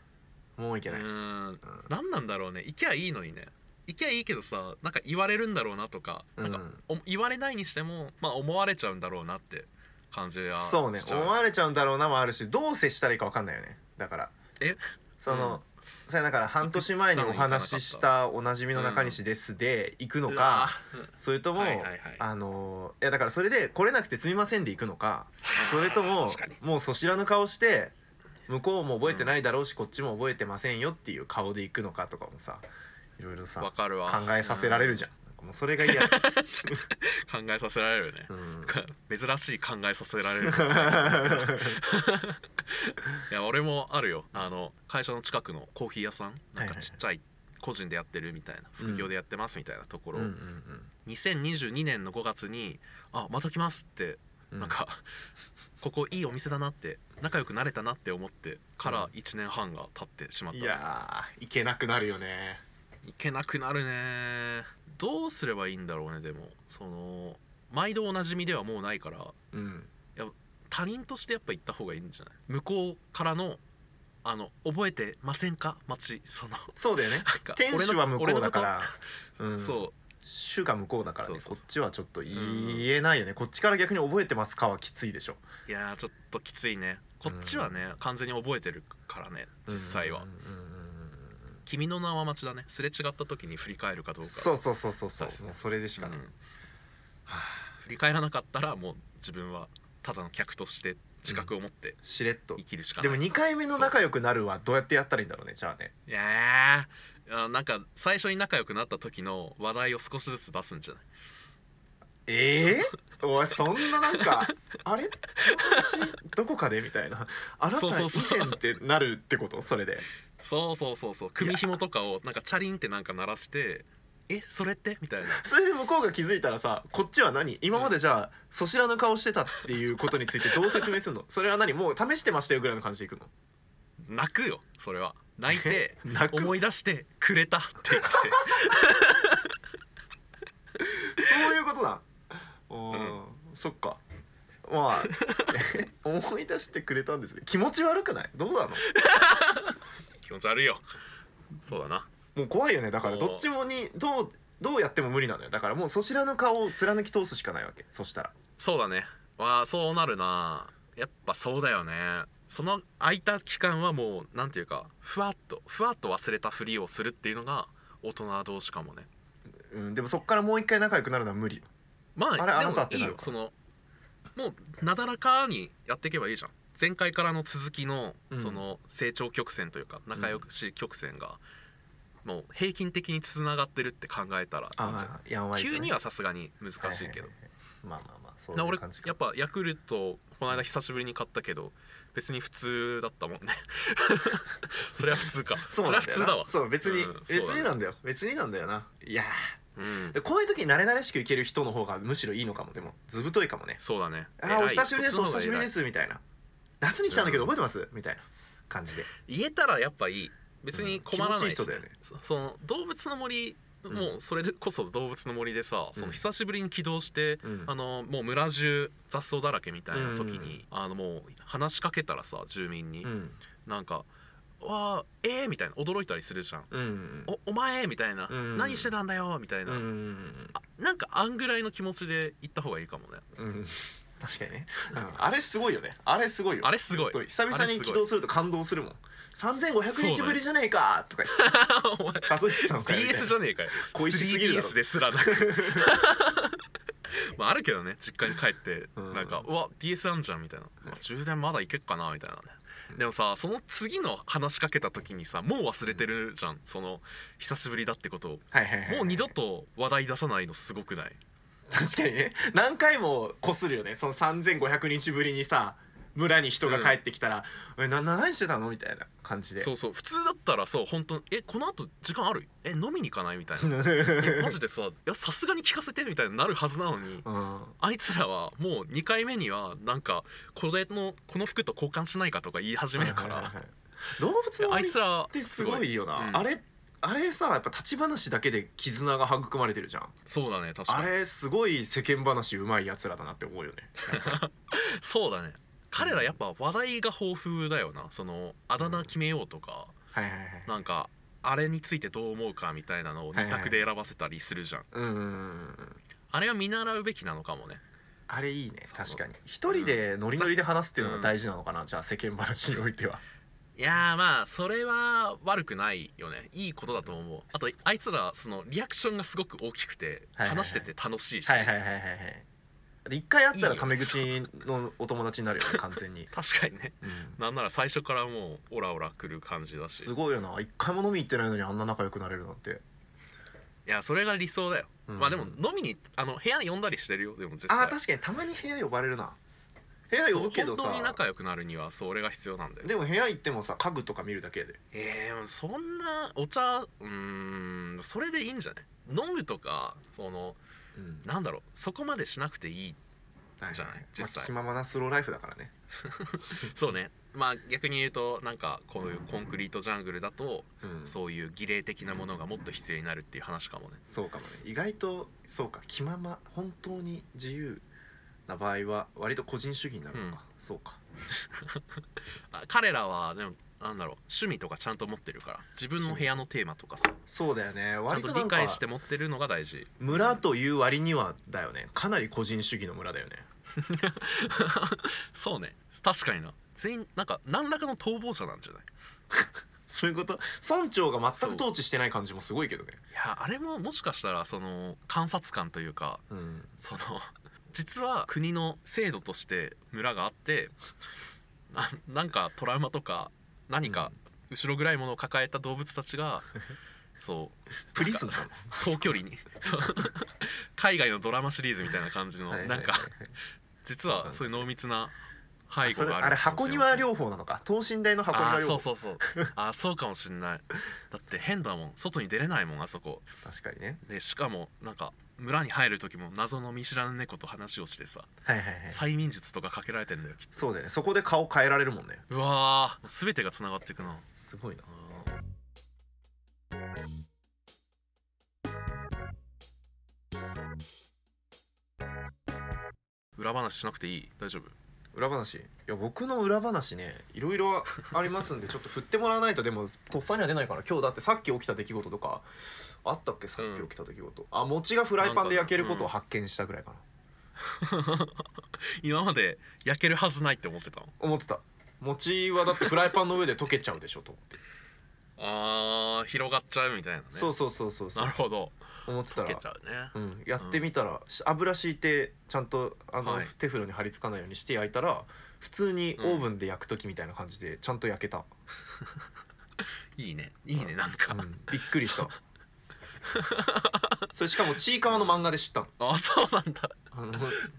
S2: もういけ
S1: う
S2: ない、うん
S1: ーん何なんだろうね行きゃいいのにね行きゃいいけどさなんか言われるんだろうなとか,、なん
S2: う
S1: か
S2: ん
S1: お言われないにしてもまあ思われちゃうんだろうなって感じが
S2: そうね
S1: しちゃ
S2: 思われちゃうんだろうなもあるしどう接したらいいか分かんないよねだから
S1: え
S2: その、
S1: うん
S2: それだから半年前にお話ししたおなじみの中西ですで行くの
S1: う
S2: か
S1: わ、ーうん
S2: それとも、
S1: はいはいはい
S2: あのーいやだからそれで来れなくてすみませんで行くのかそれとも
S1: 確かに
S2: もうそしらぬ顔して向こうも覚えてないだろうし、こっちも覚えてませんよっていう顔で行くのかとかもさいろいろさ
S1: わ
S2: 考
S1: かるわ
S2: えさせられるじゃん、なんかもうそれが嫌だ、
S1: ゃん、考えさせられるね
S2: う、ん、
S1: 珍しい考えさせられ
S2: <laughs>
S1: るんですねいや俺もあるよあの会社の近くのコーヒー屋さんなんかちっちゃい個人でやってるみたいな
S2: うん
S1: 副業でやってますみたいなとこ
S2: う
S1: ろ、
S2: んうん
S1: 2022年の5月に「あまた来ます」って
S2: うん
S1: なんか、ここいいお店だなって仲良くなれたなって思ってから
S2: うん
S1: 1年半が経ってしまった、
S2: いやー行けなくなるよね
S1: いけなくなるねどうすればいいんだろうねでもその毎度おなじみではもうないから
S2: うん
S1: 他人としてやっぱ行った方がいいんじゃない向こうからのあの覚えてませんか町その <laughs>
S2: そうだよね
S1: なんか
S2: 天使は向こうだから、う
S1: 俺
S2: ん、
S1: <laughs> のこと
S2: 主が向こうだからね
S1: そうそう
S2: こっちはちょっと言えないよね、こっちから逆に覚えてますかはきついでしょ
S1: そういやーちょっときついねこっちはね、完全に覚えてるからね実際は、
S2: うんうんうんうん
S1: 君の名は町だねすれ違った時に振り返るかどうか
S2: そうそうそうそうそう
S1: そうそう
S2: もうそれでしかね、
S1: うん
S2: はあ
S1: 振り返らなかったらもう自分はただの客として自覚を持って
S2: しれっと
S1: 生きるしかな
S2: で
S1: い、
S2: も2回目の仲良くなるはどうやってやったらいいんだろうねじゃあね
S1: いやーあなんか最初に仲良くなった時の話題を少しずつ出すんじゃない
S2: ええおいそんななんかあれ私どこかでみたいなあなた
S1: そ
S2: 以
S1: うそうそう
S2: 前ってなるってことそれで
S1: そうそうそうそう組紐とかをなんかチャリンってなんか鳴らして「えそれって?」みたいな
S2: それで向こうが気づいたらさこっちは何今までじゃあそしらぬ顔してたっていうことについてどう説明するのそれは何もう試してましたよぐらいの感じでいくの
S1: 泣くよそれは泣いて
S2: <laughs> 泣く
S1: 思い出してくれたって言って
S2: そういうことだおー
S1: うん
S2: そっかまあ <laughs> 思い出してくれたんですね気持ち悪くないどうなの
S1: 気持ち悪いよそうだな
S2: もう怖いよねだから
S1: おー
S2: どっちもにどうどうやっても無理なのよだからもうそしらぬ顔を貫き通すしかないわけそしたら
S1: そうだねわあそうなるなやっぱそうだよねその空いた期間はもうなんていうかふわっとふわっと忘れたふりをするっていうのが大人同士かもね
S2: うんでもそっからもう一回仲良くなるのは無理
S1: まあ
S2: あれあ
S1: で
S2: なた
S1: も
S2: って
S1: いい
S2: なる
S1: よ
S2: か
S1: そのもうなだらかにやっていけばいいじゃん前回からの続きの
S2: うん
S1: その成長曲線というか仲良し曲線がもう平均的につながってるって考えたらいいんじゃない
S2: ああやんわりとね
S1: 急にはさすがに難しいけど、
S2: はははいまあまあまあそう
S1: な
S2: いう
S1: 俺
S2: 感じか
S1: やっぱヤクルトこの間久しぶりに買ったけど別に普通だったもんね <laughs> それは普通かそ
S2: そ
S1: れ
S2: うな
S1: は
S2: ん
S1: 普
S2: だよ
S1: 通だわ
S2: なそう別に、
S1: うん
S2: 別になんだよ別になんだよないや
S1: うん
S2: ーでこういう時に慣れ慣れしくいける人の方がむしろいいのかもでもずぶといかもね
S1: そうだね
S2: ああ
S1: 偉
S2: お
S1: い
S2: 久しぶりです
S1: そ
S2: お
S1: っちの方
S2: 久
S1: が
S2: しぶり
S1: 偉い
S2: ですみたいな夏に来たんだけど
S1: うん
S2: 覚えてますみたいな感じで
S1: 言えたらやっぱいい別に困らないし、
S2: うん気持ちいい人だよね
S1: そその動物の森
S2: うん
S1: もうそれでこそ動物の森でさ、
S2: うん
S1: その久しぶりに起動して、
S2: うん
S1: あのもう村中雑草だらけみたいな時に、あのもう話しかけたらさ住民に、
S2: うん
S1: なんか「わあえー」みたいな驚いたりするじゃん
S2: うんうん
S1: 「おお前」みたいな、
S2: うん
S1: 何してたんだよ」みたいな、
S2: うんうん
S1: あなんかあんぐらいの気持ちで行った方がいいか
S2: <laughs>
S1: もね
S2: うんうん確かにね、うんあれすごいよねあれすごいよ
S1: あれすごい
S2: ほんと久々
S1: あれ
S2: に
S1: すごい
S2: 起動すると感動するもん3500日ぶりじゃねえかとか言って
S1: お前
S2: 数えてたのかよみたいな
S1: DS じゃねえかよ
S2: 恋しすぎるだろ
S1: 3DS ですらなく <laughs> まああるけどね実家に帰って
S2: うん
S1: なんか「うわ DS あんじゃん」みたいな「まあ充電まだいけっかな」みたいなねでもさその次の話しかけた時にさもう忘れてるじゃんその久しぶりだってことを
S2: はいはいはいはい
S1: もう二度と話題出さないのすごくない
S2: 確かにね何回もこするよねその3500日ぶりにさ村に人が帰ってきたら「えなな何してたの?」みたいな感じで
S1: そうそう普通だったらそう本当にえこのあと時間あるえ飲みに行かない?」みたいなえ <laughs> マ
S2: <laughs> う
S1: ジでさ「いやさすがに聞かせて」みたいになるはずなのに
S2: ん
S1: あいつらはもう2回目にはなんかこれのこの服と交換しないかとか言い始めるか
S2: はいは
S1: ら
S2: いはい動物の
S1: あ
S2: 森
S1: い
S2: っ
S1: つら
S2: てすごいよな、
S1: うん
S2: あれあれさやっぱ立ち話だけで絆が育まれてるじゃん
S1: そうだね確か
S2: あ
S1: に
S2: れすごい世間話うまいやつらだなって思うよね
S1: そうだね彼らやっぱ話題が豊富だよなそのあだ名決めようとか
S2: はいはいはい
S1: なんかあれについてどう思うかみたいなのを2択で選ばせたりするじゃん
S2: うんうんうんうん
S1: あれは見習うべきなのかもね
S2: あれいいね
S1: そう
S2: 確かに一人でノリノリで話すっていうのが大事なのかな、じゃあ世間話においてはい
S1: やーまあそれは悪くないよねいいことだと思うあとあいつらそのリアクションがすごく大きくて
S2: はいはいはい
S1: 話してて楽しいし
S2: はいはいはいはいはいで一回会った
S1: いい
S2: ら
S1: よ
S2: タメ口のお友達になるよ <laughs> ね完全に、
S1: 確かにね
S2: うん
S1: なんなら最初からもうオラオラ来る感じだし
S2: すごいよな一回も飲み行ってないのにあんな仲良くなれるなんて
S1: いやそれが理想だよ、
S2: うん
S1: まあでも飲みにあの部屋呼んだりしてるよでも実際
S2: あー確かにたまに部屋呼ばれるな部屋呼ぶけど
S1: そう本当に
S2: さ
S1: 仲良くなるにはそれが必要なんだよ
S2: でも部屋行ってもさ家具とか見るだけで
S1: えー、でもそんなお茶うーんそれでいいんじゃない飲むとかその
S2: うん
S1: なんだろうそこまでしなくていい
S2: はい
S1: じゃない実際
S2: まあ、気ままなスローライフだからね
S1: そうねまあ逆に言うとなんかこういうコンクリートジャングルだと
S2: うんそう
S1: そういう儀礼的なものがもっと必要になるっていう話かもね
S2: かもね意外とそうか気まま本当に自由な場合は割と個人主義になるのか、そうか
S1: あ彼らはでもなんだろう趣味とかちゃんと持ってるから自分の部屋のテーマとかさち
S2: そうだよね
S1: ゃん
S2: 割と
S1: と
S2: な
S1: 理
S2: んか
S1: 解して持ってるのが大 <laughs> 事
S2: 村という割にはだよねかなり個人主義の村だよね
S1: そうね確かにな全員なんか何らかの逃亡者なんじゃない
S2: そういうこと村長が全く統治してない感じもすごいけどね
S1: いやあれももしかしたらその観察官というか
S2: うん
S1: その実は国の制度として村があってななんかトラウマとか何か後ろ暗いものを抱えた動物たち
S2: <laughs>
S1: がそう
S2: プリズン
S1: なんか遠距離にそう海外のドラマシリーズみたいな感じの
S2: はい
S1: なんか実はそういう濃密な背
S2: そ
S1: 後
S2: れ
S1: がある
S2: あれ箱庭
S1: 法
S2: 療法なのか等身大の箱
S1: あー
S2: 庭療
S1: そ
S2: 法
S1: うそうそうあーそうかもしんないだって変だもん外に出れないもんあそこ
S2: 確かにね
S1: でしかもなんか村に入る時も謎の見知らぬ猫と話をしてさ
S2: はいはいはい
S1: 催眠術とかかけられてんだよきっ
S2: そうだよねそこで顔変えられるもんね
S1: とうわー全てがつながっていくな
S2: すごいな
S1: 裏話しなくていい大丈夫
S2: 裏話いや僕の裏話ねいろいろありますんでちょっと振ってもらわないとでもとっさには出ないから今日だってさっき起きた出来事とかあったっけさっき起きた出来事、あ餅がフライパンで焼けることを発見したぐらいかな
S1: 今まで焼けるはずないって思ってたの
S2: 思ってた餅はだってフライパンの上で溶けちゃうでしょと思って、
S1: あー広がっちゃうみたいなね
S2: そうそうそうそうそう
S1: なるほど
S2: 思ってた
S1: 溶け
S2: ら
S1: ちゃうね
S2: うん、やってみたら、し油敷いてちゃんとあの、
S1: はい
S2: テフロンに貼り付かないようにして焼いたら普通にオーブンで焼く時みたいな感じでちゃんと焼けた、
S1: いいねいいねなんか、
S2: うんびっくりしたそれしかもちいかわの漫画で知ったの
S1: あそうなんだ
S2: あの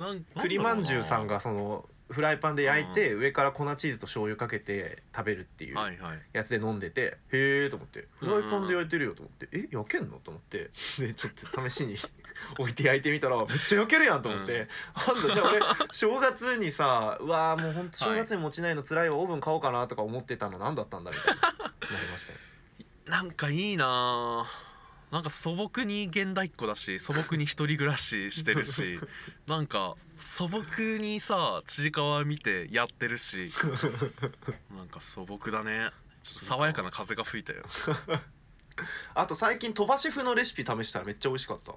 S1: なん
S2: 栗まんじゅうさん
S1: が
S2: がそのフライパンで焼いて上から粉チーズと醤油かけて食べるっていう
S1: はいはい
S2: やつで飲んでてへえと思って
S1: う
S2: フ
S1: んうん
S2: ライパンで焼いてるよと思ってえ焼けんのと思ってでちょっと試しに <laughs> 置いて焼いてみたらめっちゃ焼けるやんと思って、あんたじゃあ俺正月にさうわーもうほんと正月に持ちないのつらいわオーブン買おうかなとか思ってたの何だったんだみ <laughs> たいななりましたね
S1: なんかいいなあなんか素朴に現代っ子だし素朴に一人暮らししてる
S2: <laughs>
S1: しなんか素朴にさちいかわ見てやってるしなんか素朴だねちょっと爽やかな風が吹いたよ
S2: あと最近鳥羽シェフのレシピ試したらめっちゃ美味しかった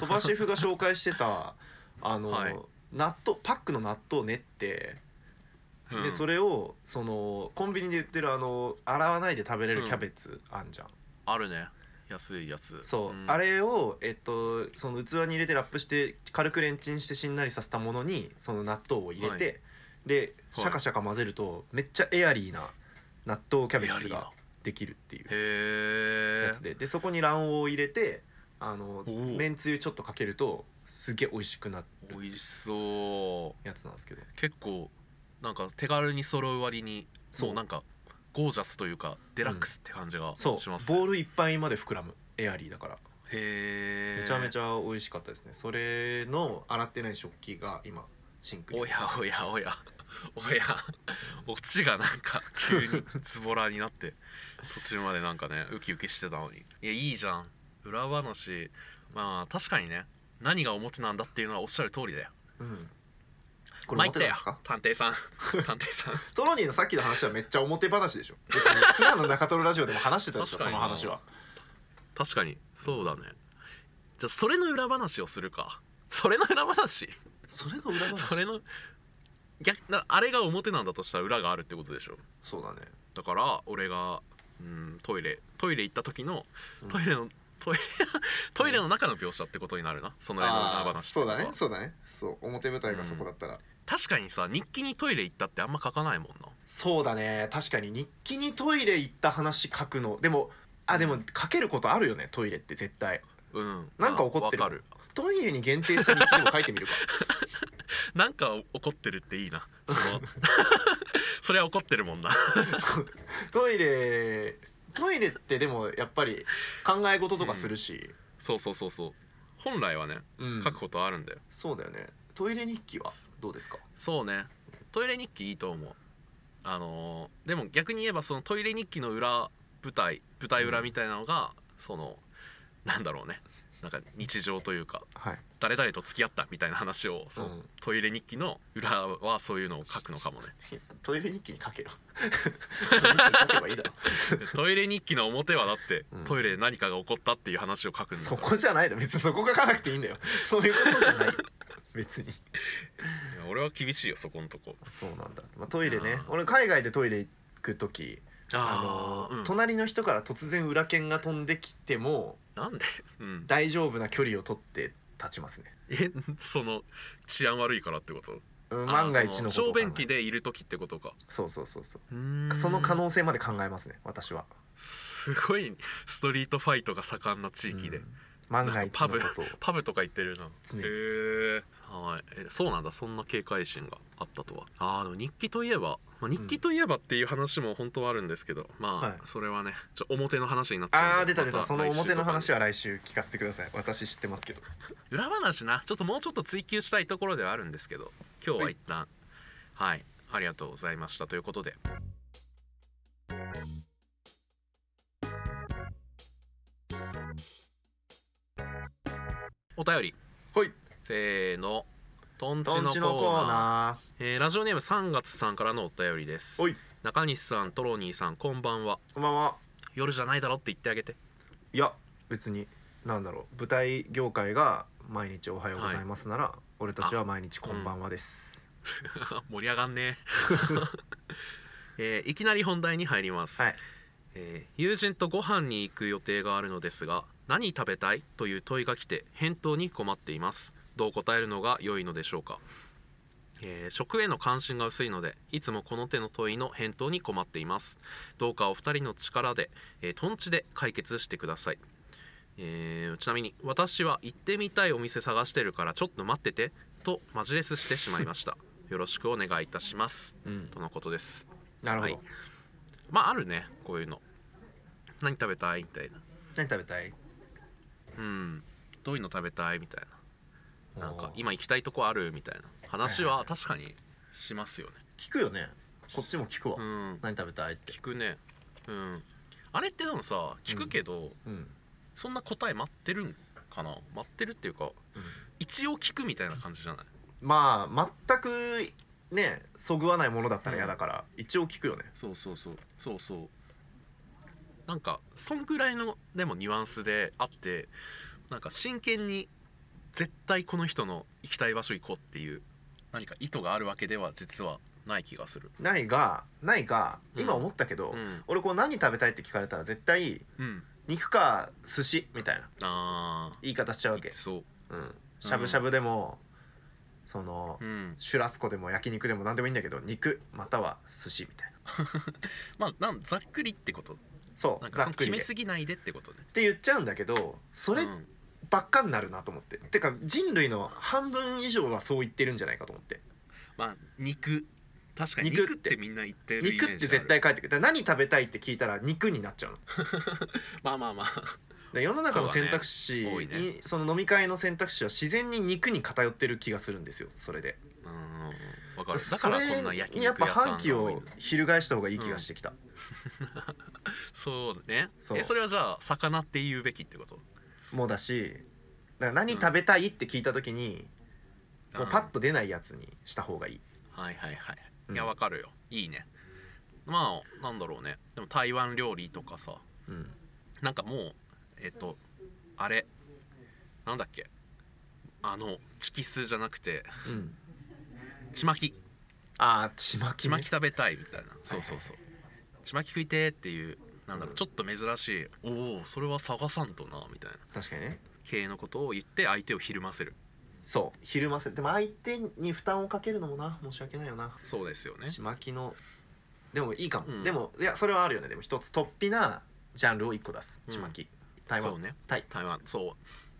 S2: 鳥羽シェフが紹介してたあの、
S1: はい
S2: 納豆パックの納豆を練ってでそ
S1: れ
S2: れをそのコンビニで売ってるあの洗わないで食べれるキャベツあんじゃん、
S1: あるね安いやつ
S2: そう、
S1: ん
S2: あれを、えっと、その器に入れてラップして軽くレンチンしてしんなりさせたものにその納豆を入れて、
S1: は
S2: で
S1: はい
S2: シャカシャカ混ぜるとめっちゃエアリーな納豆キャベ
S1: エアリ
S2: ツ
S1: ーな
S2: ができるっていう
S1: へ
S2: やつででそこに卵黄を入れてあの
S1: おお
S2: めんつゆちょっとかけるとすげえ美味しくな
S1: え
S2: る
S1: 美味しそう
S2: やつなんですけど
S1: 結構なんか手軽に揃う割に
S2: そう
S1: そうなんかゴージャスというかデラックスって感じがし
S2: そう
S1: ますね、
S2: ボールいっぱいまで膨らむエアリーだから
S1: へえ
S2: めちゃめちゃ美味しかったですねそれの洗ってない食器が今シンクに
S1: おやおやおやおやオチがなんか急にズボラになって途中までなんかねウキウキしてたのにいやいいじゃん裏話まあ確かにね何が表なんだっていうのはおっしゃる通りだよ
S2: うんこれ
S1: 参
S2: 持
S1: っ
S2: っ
S1: た
S2: てたん
S1: よ
S2: ですか
S1: 探偵さん
S2: <laughs>
S1: 探偵さん
S2: トロニーのさっきの話はめっちゃ表話 <laughs> でしょ別に普段の中トロラジオでも話してたでしょ
S1: 確
S2: そ
S1: かに
S2: の
S1: な
S2: 話は
S1: 確かにそうだねじゃあそれの裏話をするかそれの裏話
S2: それが裏話
S1: それの逆なあれが表なんだとしたら裏があるってことでしょ
S2: そうだね
S1: だから俺が、うん、トイレトイレ行った時の
S2: うん
S1: トイレの、トイレ <laughs> トイレの中の描写ってことになるなその絵の裏話
S2: あ
S1: っ
S2: ー
S1: て
S2: そうだ
S1: こ
S2: ね
S1: とは
S2: そうだねそう表舞台がそこだったら、
S1: 確かにさ日記にトイレ行ったってあんま書かないもんな
S2: そうだね確かに日記にトイレ行った話書くのでもあでも書けることあるよねトイレって絶対
S1: うん
S2: なんか怒ってる
S1: わかる
S2: トイレに限定した日記でも書いてみるか
S1: なんか怒ってるっていいなそ
S2: <laughs>
S1: のそれは怒ってるもんな
S2: <laughs> トイレトイレってでもやっぱり考え事とかするし、
S1: そうそうそうそう本来はね
S2: うん
S1: 書くことあるんだよ、
S2: そうだよねトイレ日記はどうですか
S1: そうねトイレ日記いいと思うあのーでも逆に言えばそのトイレ日記の裏舞台舞台裏みたいなのが、そのなんだろうねなんか日常というか
S2: はい
S1: 誰々と付き合ったみたいな話をその、
S2: うん
S1: トイレ日記の裏はそういうのを書くのかもね
S2: トイレ日記に書 <laughs> けよトイレ日記に書けばいいだろ
S1: トイレ日記の表はだって、
S2: うん
S1: トイレで何かが起こったっていう話を書くんだ
S2: そこじゃないだろ別にそこ書かなくていいんだよそういうことじゃない別
S1: い
S2: に
S1: や俺は厳しいよそこんとこ
S2: そうなんだ、まあ、トイレね
S1: あー
S2: 俺海外でトイレ行く時あ
S1: あ
S2: の
S1: の
S2: ー、
S1: ーうん、
S2: 隣の人から突然裏剣が飛んできても
S1: なんで、うん、
S2: 大丈夫な距離を取って立ちますね、
S1: えその治安悪いからってこと
S2: うん、万が
S1: あー
S2: 一
S1: そ
S2: のことを
S1: 小
S2: 考え
S1: 便器でいる時ってことか
S2: そうそうそうそう
S1: うーん
S2: その可能性まで考えますね私は
S1: すごいストリートファイトが盛んな地域で、
S2: うん万が一のことを
S1: パブとか行ってるな
S2: 常に
S1: へえはいえそうなんだそんな警戒心があったとはあーでも日記といえば、まあ、日記といえばっていう話も本当はあるんですけど、まあ、
S2: はい
S1: それはねちょ表の話になっちゃう
S2: あー
S1: んで
S2: 出た出
S1: ま
S2: たその表の話
S1: 来週とか
S2: は来週聞かせてください私知ってますけど
S1: に裏話なちょっともうちょっと追求したいところではあるんですけど今日は一旦はいありがとうございましたということでお便り
S2: はい
S1: せーのとんち
S2: とん
S1: のコ
S2: ち
S1: ー
S2: のコー
S1: ナー
S2: ナ
S1: えーラジオネーム3月さんからのお便りです
S2: ーおい
S1: 中西さんトロニーさんこんばんは
S2: こんばんは
S1: 夜じゃないだろって言ってあげて <laughs>
S2: いや別になんだろう舞台業界が毎日おはようございますなら、俺たちは毎日こんばんはです、
S1: 盛り上がんね <laughs> ええーいきなり本題に入ります、
S2: はい
S1: えー友人とご飯に行く予定があるのですが何食べたいという問いが来て返答に困っていますどう答えるのが良いのでしょうか、えー食への関心が薄いのでいつもこの手の問いの返答に困っていますどうかお二人の力で、えー、トンチで解決してくださいえーちなみに私は行ってみたいお店探してるからちょっと待っててとマジレスしてしまいましたよろしくお願いいたします
S2: うん
S1: とのことです
S2: なるほど、
S1: はいまああるねこういうの何食べたいみたいな
S2: 何食べたい
S1: うんどういうの食べたいみたいななんか
S2: おー
S1: 今行きたいとこあるみたいな話
S2: はい
S1: は
S2: は
S1: 確かにしますよね
S2: 聞くよねこっちも聞くわ、
S1: うん
S2: 何食べたいって
S1: 聞くねうんあれってでもさ聞くけど、
S2: うん、
S1: そんな答え待ってるんかな待ってるっていうか一応聞くみたいな感じじゃない
S2: まあ全くねそぐわないものだったら嫌だから、一応聞くよね
S1: そうそうそうそうそうなんかそんぐらいのでもニュアンスであってなんか真剣に絶対この人の行きたい場所行こうっていう何か意図があるわけでは実はない気がする
S2: ないがないが
S1: うん
S2: 今思ったけど、
S1: うん
S2: 俺こう何食べたいって聞かれたら絶対
S1: うん
S2: 肉か寿司みたいな
S1: あ
S2: 言い方しちゃうわけ
S1: あそう
S2: うんしゃぶしゃぶでも、その
S1: うん
S2: シュラスコでも焼肉でも何でもいいんだけど肉または寿司みたいな
S1: まあなんざっくりってこと
S2: そ
S1: なん
S2: う
S1: か
S2: ざ
S1: そ
S2: っ
S1: の
S2: く
S1: 決
S2: りで
S1: め
S2: っ
S1: すぎないでってことね
S2: て言っちゃうんだけどそれ
S1: うん
S2: ばっかになるなと思って、てか人類の半分以上はそう言ってるんじゃないかと思って
S1: まあ肉確かに
S2: 肉って
S1: 肉ってみんな言ってるイメージ
S2: 肉
S1: あ
S2: っ
S1: る
S2: て絶対帰ってくるだから何食べたいって聞いたら肉になっちゃうの
S1: まあまあまあ
S2: で世の中の
S1: そうだね
S2: 選択肢
S1: 多い
S2: にそ,、
S1: ね
S2: の飲み会の選択肢は自然に肉に偏ってる気がするんですよそれで
S1: <laughs> うんわかるだからこんな焼
S2: それ
S1: 肉
S2: にや
S1: 屋
S2: っぱ
S1: さんが
S2: 反旗
S1: 多い
S2: を翻した方がいい気がしてきた、
S1: そうね
S2: そう
S1: えそれはじゃあ魚って言うべきってこと
S2: もうだしだから何食べたいって聞いた時に、もうパッと出ないやつにした方がいい、
S1: あーはいはいはい、
S2: うん
S1: いやわかるよいいねまあなんだろうねでも台湾料理とかさ
S2: うん、
S1: なんかもうえっとあれなんだっけあのチキスじゃなくて
S2: うん、
S1: ちまき
S2: ああちまき
S1: ち
S2: ね
S1: まき食べたいみたいなそうそうそうちまき食いてーっていうなんだろ
S2: う
S1: うんちょっと珍しいおおそれは探さんとなみたいな
S2: 確かにね
S1: 系のことを言って相手をひるませる
S2: そう昼間せでも相手に負担をかけるのもな申し訳ないよな
S1: そうですよね
S2: ちまきのでもいいかも、
S1: うん
S2: でもいやそれはあるよねでも一つ突飛なジャンルを一個出す
S1: うん
S2: ちまき、台
S1: そう
S2: 湾、
S1: ね
S2: タイ
S1: 台湾そう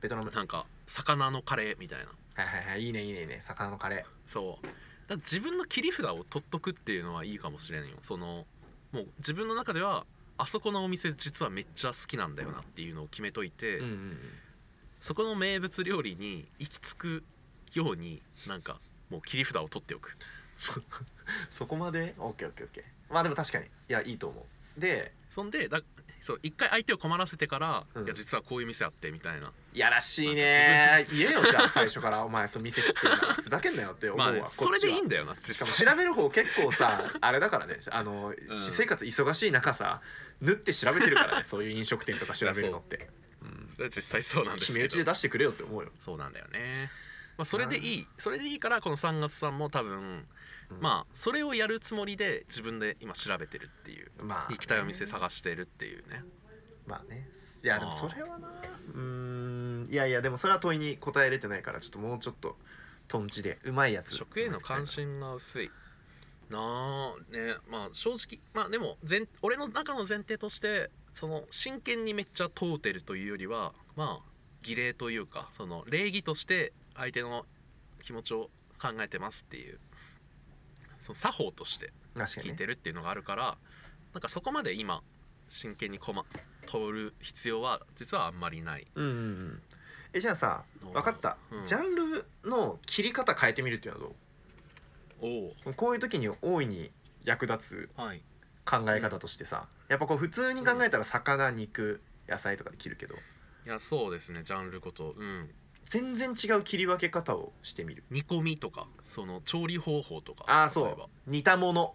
S2: ベトナム
S1: なんか魚のカレーみたいな
S2: はいはいはいいいねいいねいいね魚のカレ
S1: そうだから自分の切り札を取っとくっていうのはいいかもしれんよそのもう自分の中ではあそこのお店実はめっちゃ好きなんだよなっていうのを決めといて、
S2: ー、うん
S1: そこの名物料理に行き着くようになんかもう切り札を取っておく
S2: そこまでオッケーオッケーオッケーまあでも確かにいやいいと思うで
S1: そんでだそう一回相手を困らせてから、
S2: うん
S1: いや実はこういう店あってみたいな
S2: やらしいねー言えよじゃあ最初からお前その店知ってるなふざけんなよって思う
S1: ま
S2: わ、
S1: あね
S2: こっちは
S1: それでいいんだよな
S2: しか
S1: 実
S2: も
S1: 際
S2: 調べる方結構さあれだからねあの、私生活忙しい中さ縫って調べてるから
S1: <laughs>
S2: ねそういう飲食店とか調べるのって、うん、
S1: それは <laughs> 実際そうなんです
S2: 決め
S1: け
S2: 打ちで
S1: ど
S2: 出してくれよって思うよ、
S1: そうなんだよね、まあ、それでいいそれでいいからこの三月さんも多分まあそれをやるつもりで自分で今調べてるっていう
S2: あまあ
S1: 行きたいお店探してるっていうね
S2: まあねいやでもそれはなうーんいやいやでもそれは問いに答えれてないからちょっともうちょっととんちでうまいやつ
S1: 食への関心が薄いなあねまあ正直まあでも前俺の中の前提としてその真剣にめっちゃ問うてるというよりはまあ儀礼というかその礼儀として相手の気持ちを考えてますっていうその作法として
S2: 確かに
S1: 聞い
S2: ね
S1: てるっていうのがあるからなんかそこまで今真剣にこま問る必要は実はあんまりない
S2: うんうんうんえじゃあさ分かった、
S1: うん
S2: ジャンルの切り方変えてみるっていうのはど
S1: おお
S2: うこういう時に大いに役立つ
S1: はい
S2: 考え方としてさ、やっぱこう普通に考えたら魚肉野菜とかで切るけど
S1: いやそうですねジャンルごとうん
S2: 全然違う切り分け方をしてみる
S1: 煮込みとかその調理方法とか
S2: ああ
S1: 例
S2: そ
S1: えば
S2: う煮たもの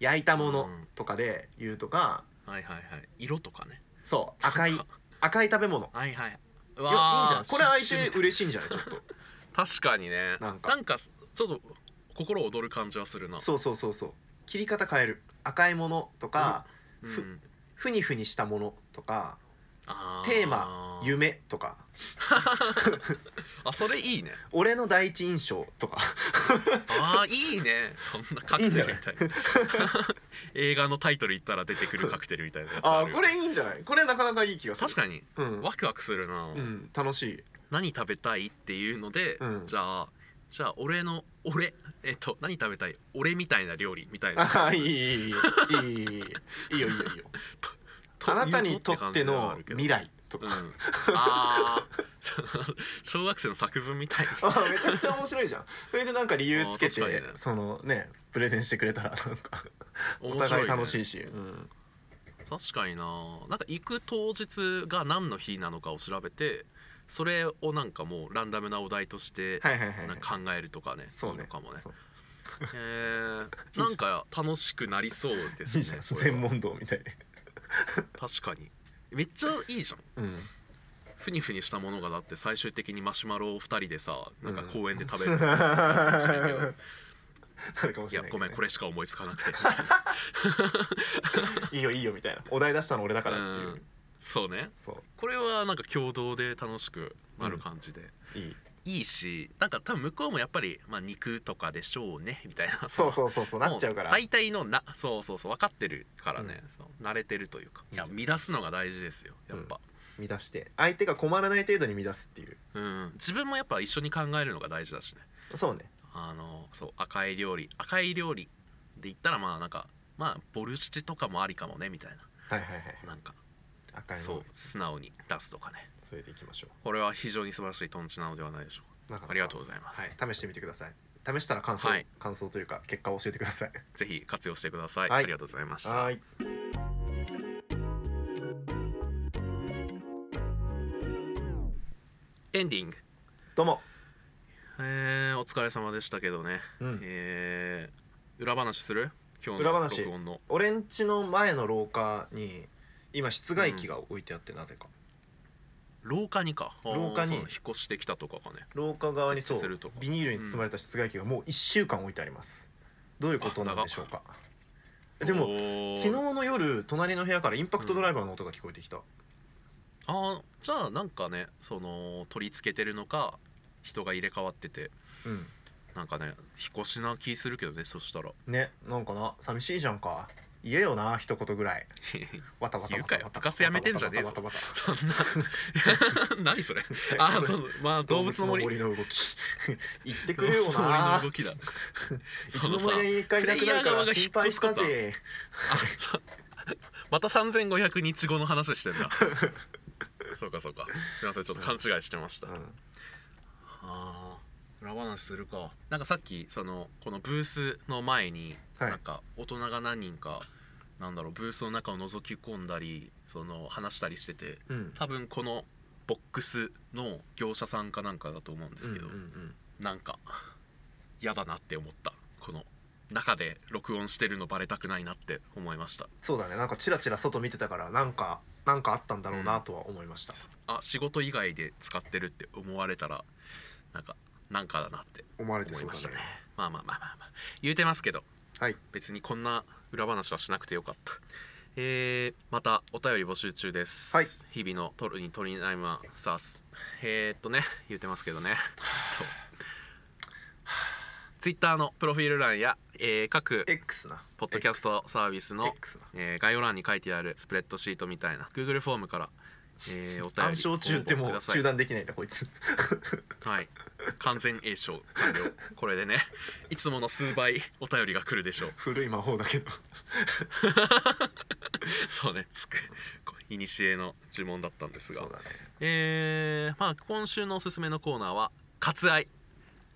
S2: 焼いたも
S1: う
S2: の
S1: ん
S2: とかで言うとか、
S1: はいはいはい色とかね
S2: そう赤い
S1: とか
S2: 赤い食べ物
S1: はいはいう
S2: いやいいんじゃ
S1: わ
S2: な
S1: あ
S2: いこれ
S1: シ
S2: 相
S1: ッシ
S2: 手
S1: ュ
S2: 嬉しいんじゃないちょっ
S1: <laughs> 確かにね
S2: な
S1: なんん
S2: か
S1: かちょっと心躍る感じはするな
S2: とそうそうそうそう切り方変える赤いものと
S1: う
S2: か、
S1: ん
S2: ふふにふにしたものとか
S1: あ
S2: テーマ夢とか
S1: あそれいいね
S2: 俺の第一印象とか
S1: あーいいねそんなカクテルみたいな映画のタイトル言ったら出てくるカクテルみたいなやつ
S2: あ
S1: あ
S2: あ
S1: る
S2: これいいんじゃないこれなかなかいい気がする
S1: 確かに
S2: かにうん、
S1: ワクワクするな、
S2: うん、楽しい
S1: 何食べたいっていうので、
S2: うん
S1: じゃあじゃあ俺の俺えっと何食べたい俺みたいな料理みたいな
S2: あいいいいいいいいいいいいいいいいいよいいよいいよあなたにとっての未
S1: 来、
S2: 来と
S1: う
S2: か、
S1: ん、あー <laughs> 小学生の作文みたいに
S2: あめちゃくちゃ面白いじゃんそれでなんか理由つけて、
S1: あー確かにね
S2: そのねプレゼンしてくれたらなんか <laughs> お
S1: 面白
S2: 互い楽し
S1: ね
S2: いしうん
S1: 確かにななんか行く当日が何の日なのかを調べてそれをなんかもうランダムなお題として
S2: はいはいはいは
S1: ないんか考えるとかね、
S2: そう
S1: いい
S2: ね
S1: のかもね
S2: そう
S1: えーなんか楽しくなりそうです
S2: い
S1: ね
S2: いじゃん
S1: これは
S2: 全問答みたいで
S1: 確かにめっちゃいいじゃん
S2: うん
S1: ふにふにしたものがだって最終的にマシュマロを2人でさなんか公園で食べる、い
S2: なるかもしれ
S1: や
S2: <laughs> ないけどね
S1: ごめんこれしか思いつかなくて
S2: いいよいいよみたいなお題出したの俺だからっていう
S1: う、んそうね
S2: そう
S1: これはなんか共同で楽しくなる感じで、
S2: いい
S1: いいしなんか多分向こうもやっぱり、まあ、肉とかでしょうねみたいな
S2: そうそうそうそう
S1: も
S2: <laughs> なっちゃうから
S1: 大体のなそうそうそう分かってるからね、
S2: う
S1: そう慣れてるというかいや
S2: うん
S1: 乱すのが大事ですよやっぱ、
S2: 乱して相手が困らない程度に乱すっていう
S1: うん自分もやっぱ一緒に考えるのが大事だしね
S2: そうね
S1: あのそう赤い料理赤い料理で言ったらまあなんかまあボルシチとかもありかもねみたい
S2: はいはいはい
S1: ななんか
S2: 赤いの
S1: そう素直に出すとかね
S2: それでいきましょ
S1: これは非常に素晴らしいトンチなのではないでしょう
S2: うなかな
S1: か
S2: か
S1: ありがとうございます、
S2: はい、試してみてください。試したら感想、
S1: はい
S2: 感想というか結果を教えてください。
S1: ぜひ活用してください、
S2: はい
S1: ありがとうございました
S2: はい。
S1: エンディング
S2: どうも。
S1: えー、お疲れ様でしたけどね、
S2: うん
S1: えー、裏話する今日
S2: 裏
S1: の
S2: 話
S1: 録音の
S2: 俺ん家の前の廊下に今室外機が置いてあってなぜか、
S1: 廊下にかあー
S2: 廊下
S1: そ
S2: に
S1: う引っ越してきたとかかね
S2: 廊下側に
S1: 設
S2: そ
S1: 置
S2: う
S1: するとか
S2: ビニールに包まれた室外機がもう1週間置いてあります。どういうことなんでしょうか。でも昨日
S1: 昨
S2: の夜隣の部屋からインパクトドライバーの音が聞こえてきた。
S1: あーじゃあなんかねその取り付けてるのか人が入れ替わってて
S2: うん。
S1: なんかね引っ越しな気するけどねそしたら <laughs>
S2: ね、なんかな寂しいじゃんか。言えよな一言ぐらい。わたわたわたわ
S1: 言うかよ
S2: た。
S1: 部活やめてんじゃねえぞ
S2: わたわたわたわた
S1: そんな <laughs> 何それあーそのまあ動物の森
S2: 動 <laughs> 物の動き言ってく
S1: 動
S2: れよ
S1: 物の森
S2: な
S1: の動きだ
S2: いつ
S1: そ
S2: の
S1: のさ
S2: 間にかいなくなるから心配した
S1: プレ
S2: ぜ
S1: あそう <laughs> また3500日後の話してんだ <laughs> そうかそうかすいませんちょっと勘違いしてました、ああー裏話するかなんかさっきそのこのブースの前に、
S2: はい
S1: なんか大人が何人かなんだろうブースの中を覗き込んだりその話したりしてて
S2: うん
S1: 多分このボックスの業者さんかなんかだと思うんですけど、
S2: うんうんうん
S1: なんかやだなって思ったこの中で録音してるのバレたくないなって思いました
S2: そうだねなんかチラチラ外見てたからなんかなんかあったんだろうなとは思いました、
S1: あ仕事以外で使ってるって思われたらなんかなんかだなって
S2: 思われて
S1: 思い
S2: そう
S1: ま
S2: だ
S1: した
S2: ね
S1: ねまあまあまあまあまあ言うてますけど
S2: はい
S1: 別にこんな裏話はしなくてよかったえー、またお便り募集中です、
S2: はい
S1: 日々のトルにトリナイマーさあすえー、っとね言ってますけ
S2: <sighs>
S1: どねとツイッターのプロフィール欄や、えー各
S2: X な
S1: ポッドキャストサービスの、
S2: X な
S1: えー概要欄に書いてあるスプレッドシートみたいな Google フォームから、えーお便り
S2: 暗唱中って
S1: ご
S2: も
S1: 応募く
S2: う
S1: ださい
S2: 中断できないんだこ
S1: <laughs>
S2: いつ
S1: はい完全栄唱完了これでねいつもの数倍お便りが来るでしょう
S2: 古い魔法だけど
S1: そうねつくいにしえの呪文だったんですが
S2: そうだね
S1: えー、まあ今週のおすすめのコーナーは割愛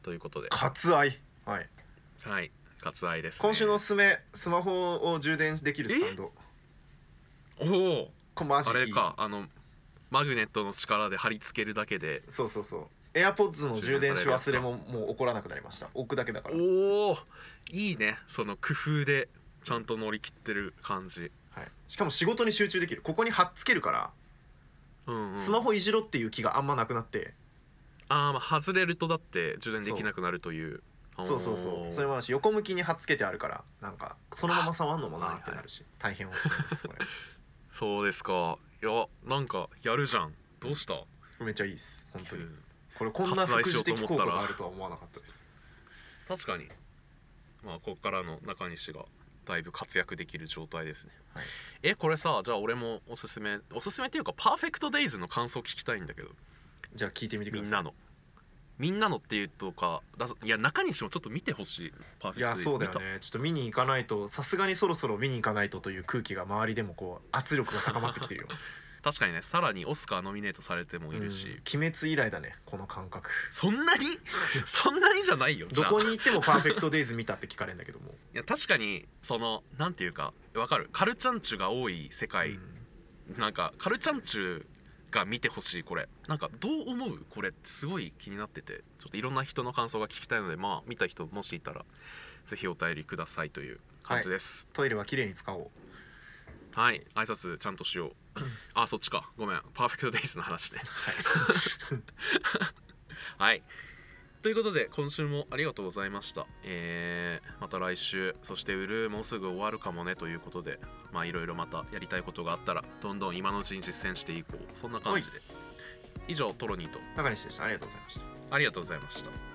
S1: ということで
S2: 割愛はい
S1: はい割愛です、ね、
S2: 今週のおすすめスマホを充電できるスタンド
S1: おお
S2: これマジい
S1: あ
S2: い
S1: れかあのマグネットの力で貼り付けるだけで
S2: そうそうそう AirPods の充電し忘れももう起こらなくなりました置くだけだから
S1: おおいいねその工夫でちゃんと乗り切ってる感じ、
S2: はい、しかも仕事に集中できるここに貼っつけるから、
S1: うんうん、
S2: スマホいじろっていう気があんまなくなって
S1: あーまあ外れるとだって充電できなくなるという
S2: そうそうそうそれ
S1: は
S2: もあるし横向きに貼っつけてあるからなんかそのまま触んのもなーってなるし、大変おすすめです
S1: <laughs>
S2: こ
S1: そうですかいやなんかやるじゃんどうした
S2: れめっちゃいいっす本当に
S1: うん
S2: これこんな副
S1: 割愛
S2: 次的効果
S1: しようと思ったら
S2: があるとは思わなかったです
S1: 確かにまあこっからの中西がだいぶ活躍できる状態ですね、
S2: はい
S1: えこれさじゃあ俺もおすすめおすすめっていうかパーフェクトデイズの感想聞きたいんだけど
S2: じゃあ聞いてみてく
S1: み
S2: ださい
S1: んなのみんなのっていうとかだいや中西もちょっと見てほしいパーフ
S2: い
S1: ェ
S2: や
S1: クトデイズ
S2: そうだよ
S1: 見た
S2: ねちょっと見に行かないとさすがにそろそろ見に行かないとという空気が周りでもこう圧力が高まってきてる
S1: <laughs>
S2: よ
S1: 確かにねさらにオスカーノミネートされてもいるし、
S2: うん鬼滅以来だねこの感覚
S1: そんなに <laughs> そんなにじゃないよじ
S2: ど
S1: ゃあ
S2: こに行っても「パーフェクト・デイズ」見たって聞かれるんだ
S1: <laughs>
S2: けども、
S1: いや確かにそのなんていうかわかるカルチャンチュが多い世界、
S2: うん
S1: なんかカルチャンチュが見てほしいこれなんかどう思うこれってすごい気になっててちょっといろんな人の感想が聞きたいのでまあ見た人もしいたらぜひお便りくださいという感じです
S2: トイレは綺麗に使おう
S1: はい、挨拶ちゃんとし <clears throat> ようあそっちかごめんパーフェクトデイズの話ね
S2: はい
S1: <laughs> はいということで今週もありがとうございましたえーまた来週そして売るもうすぐ終わるかもねということでまあいろいろまたやりたいことがあったらどんどん今のうちに実践していこうそんな感じで以上トロニーと
S2: 中西でしたありがとうございました
S1: ありがとうございました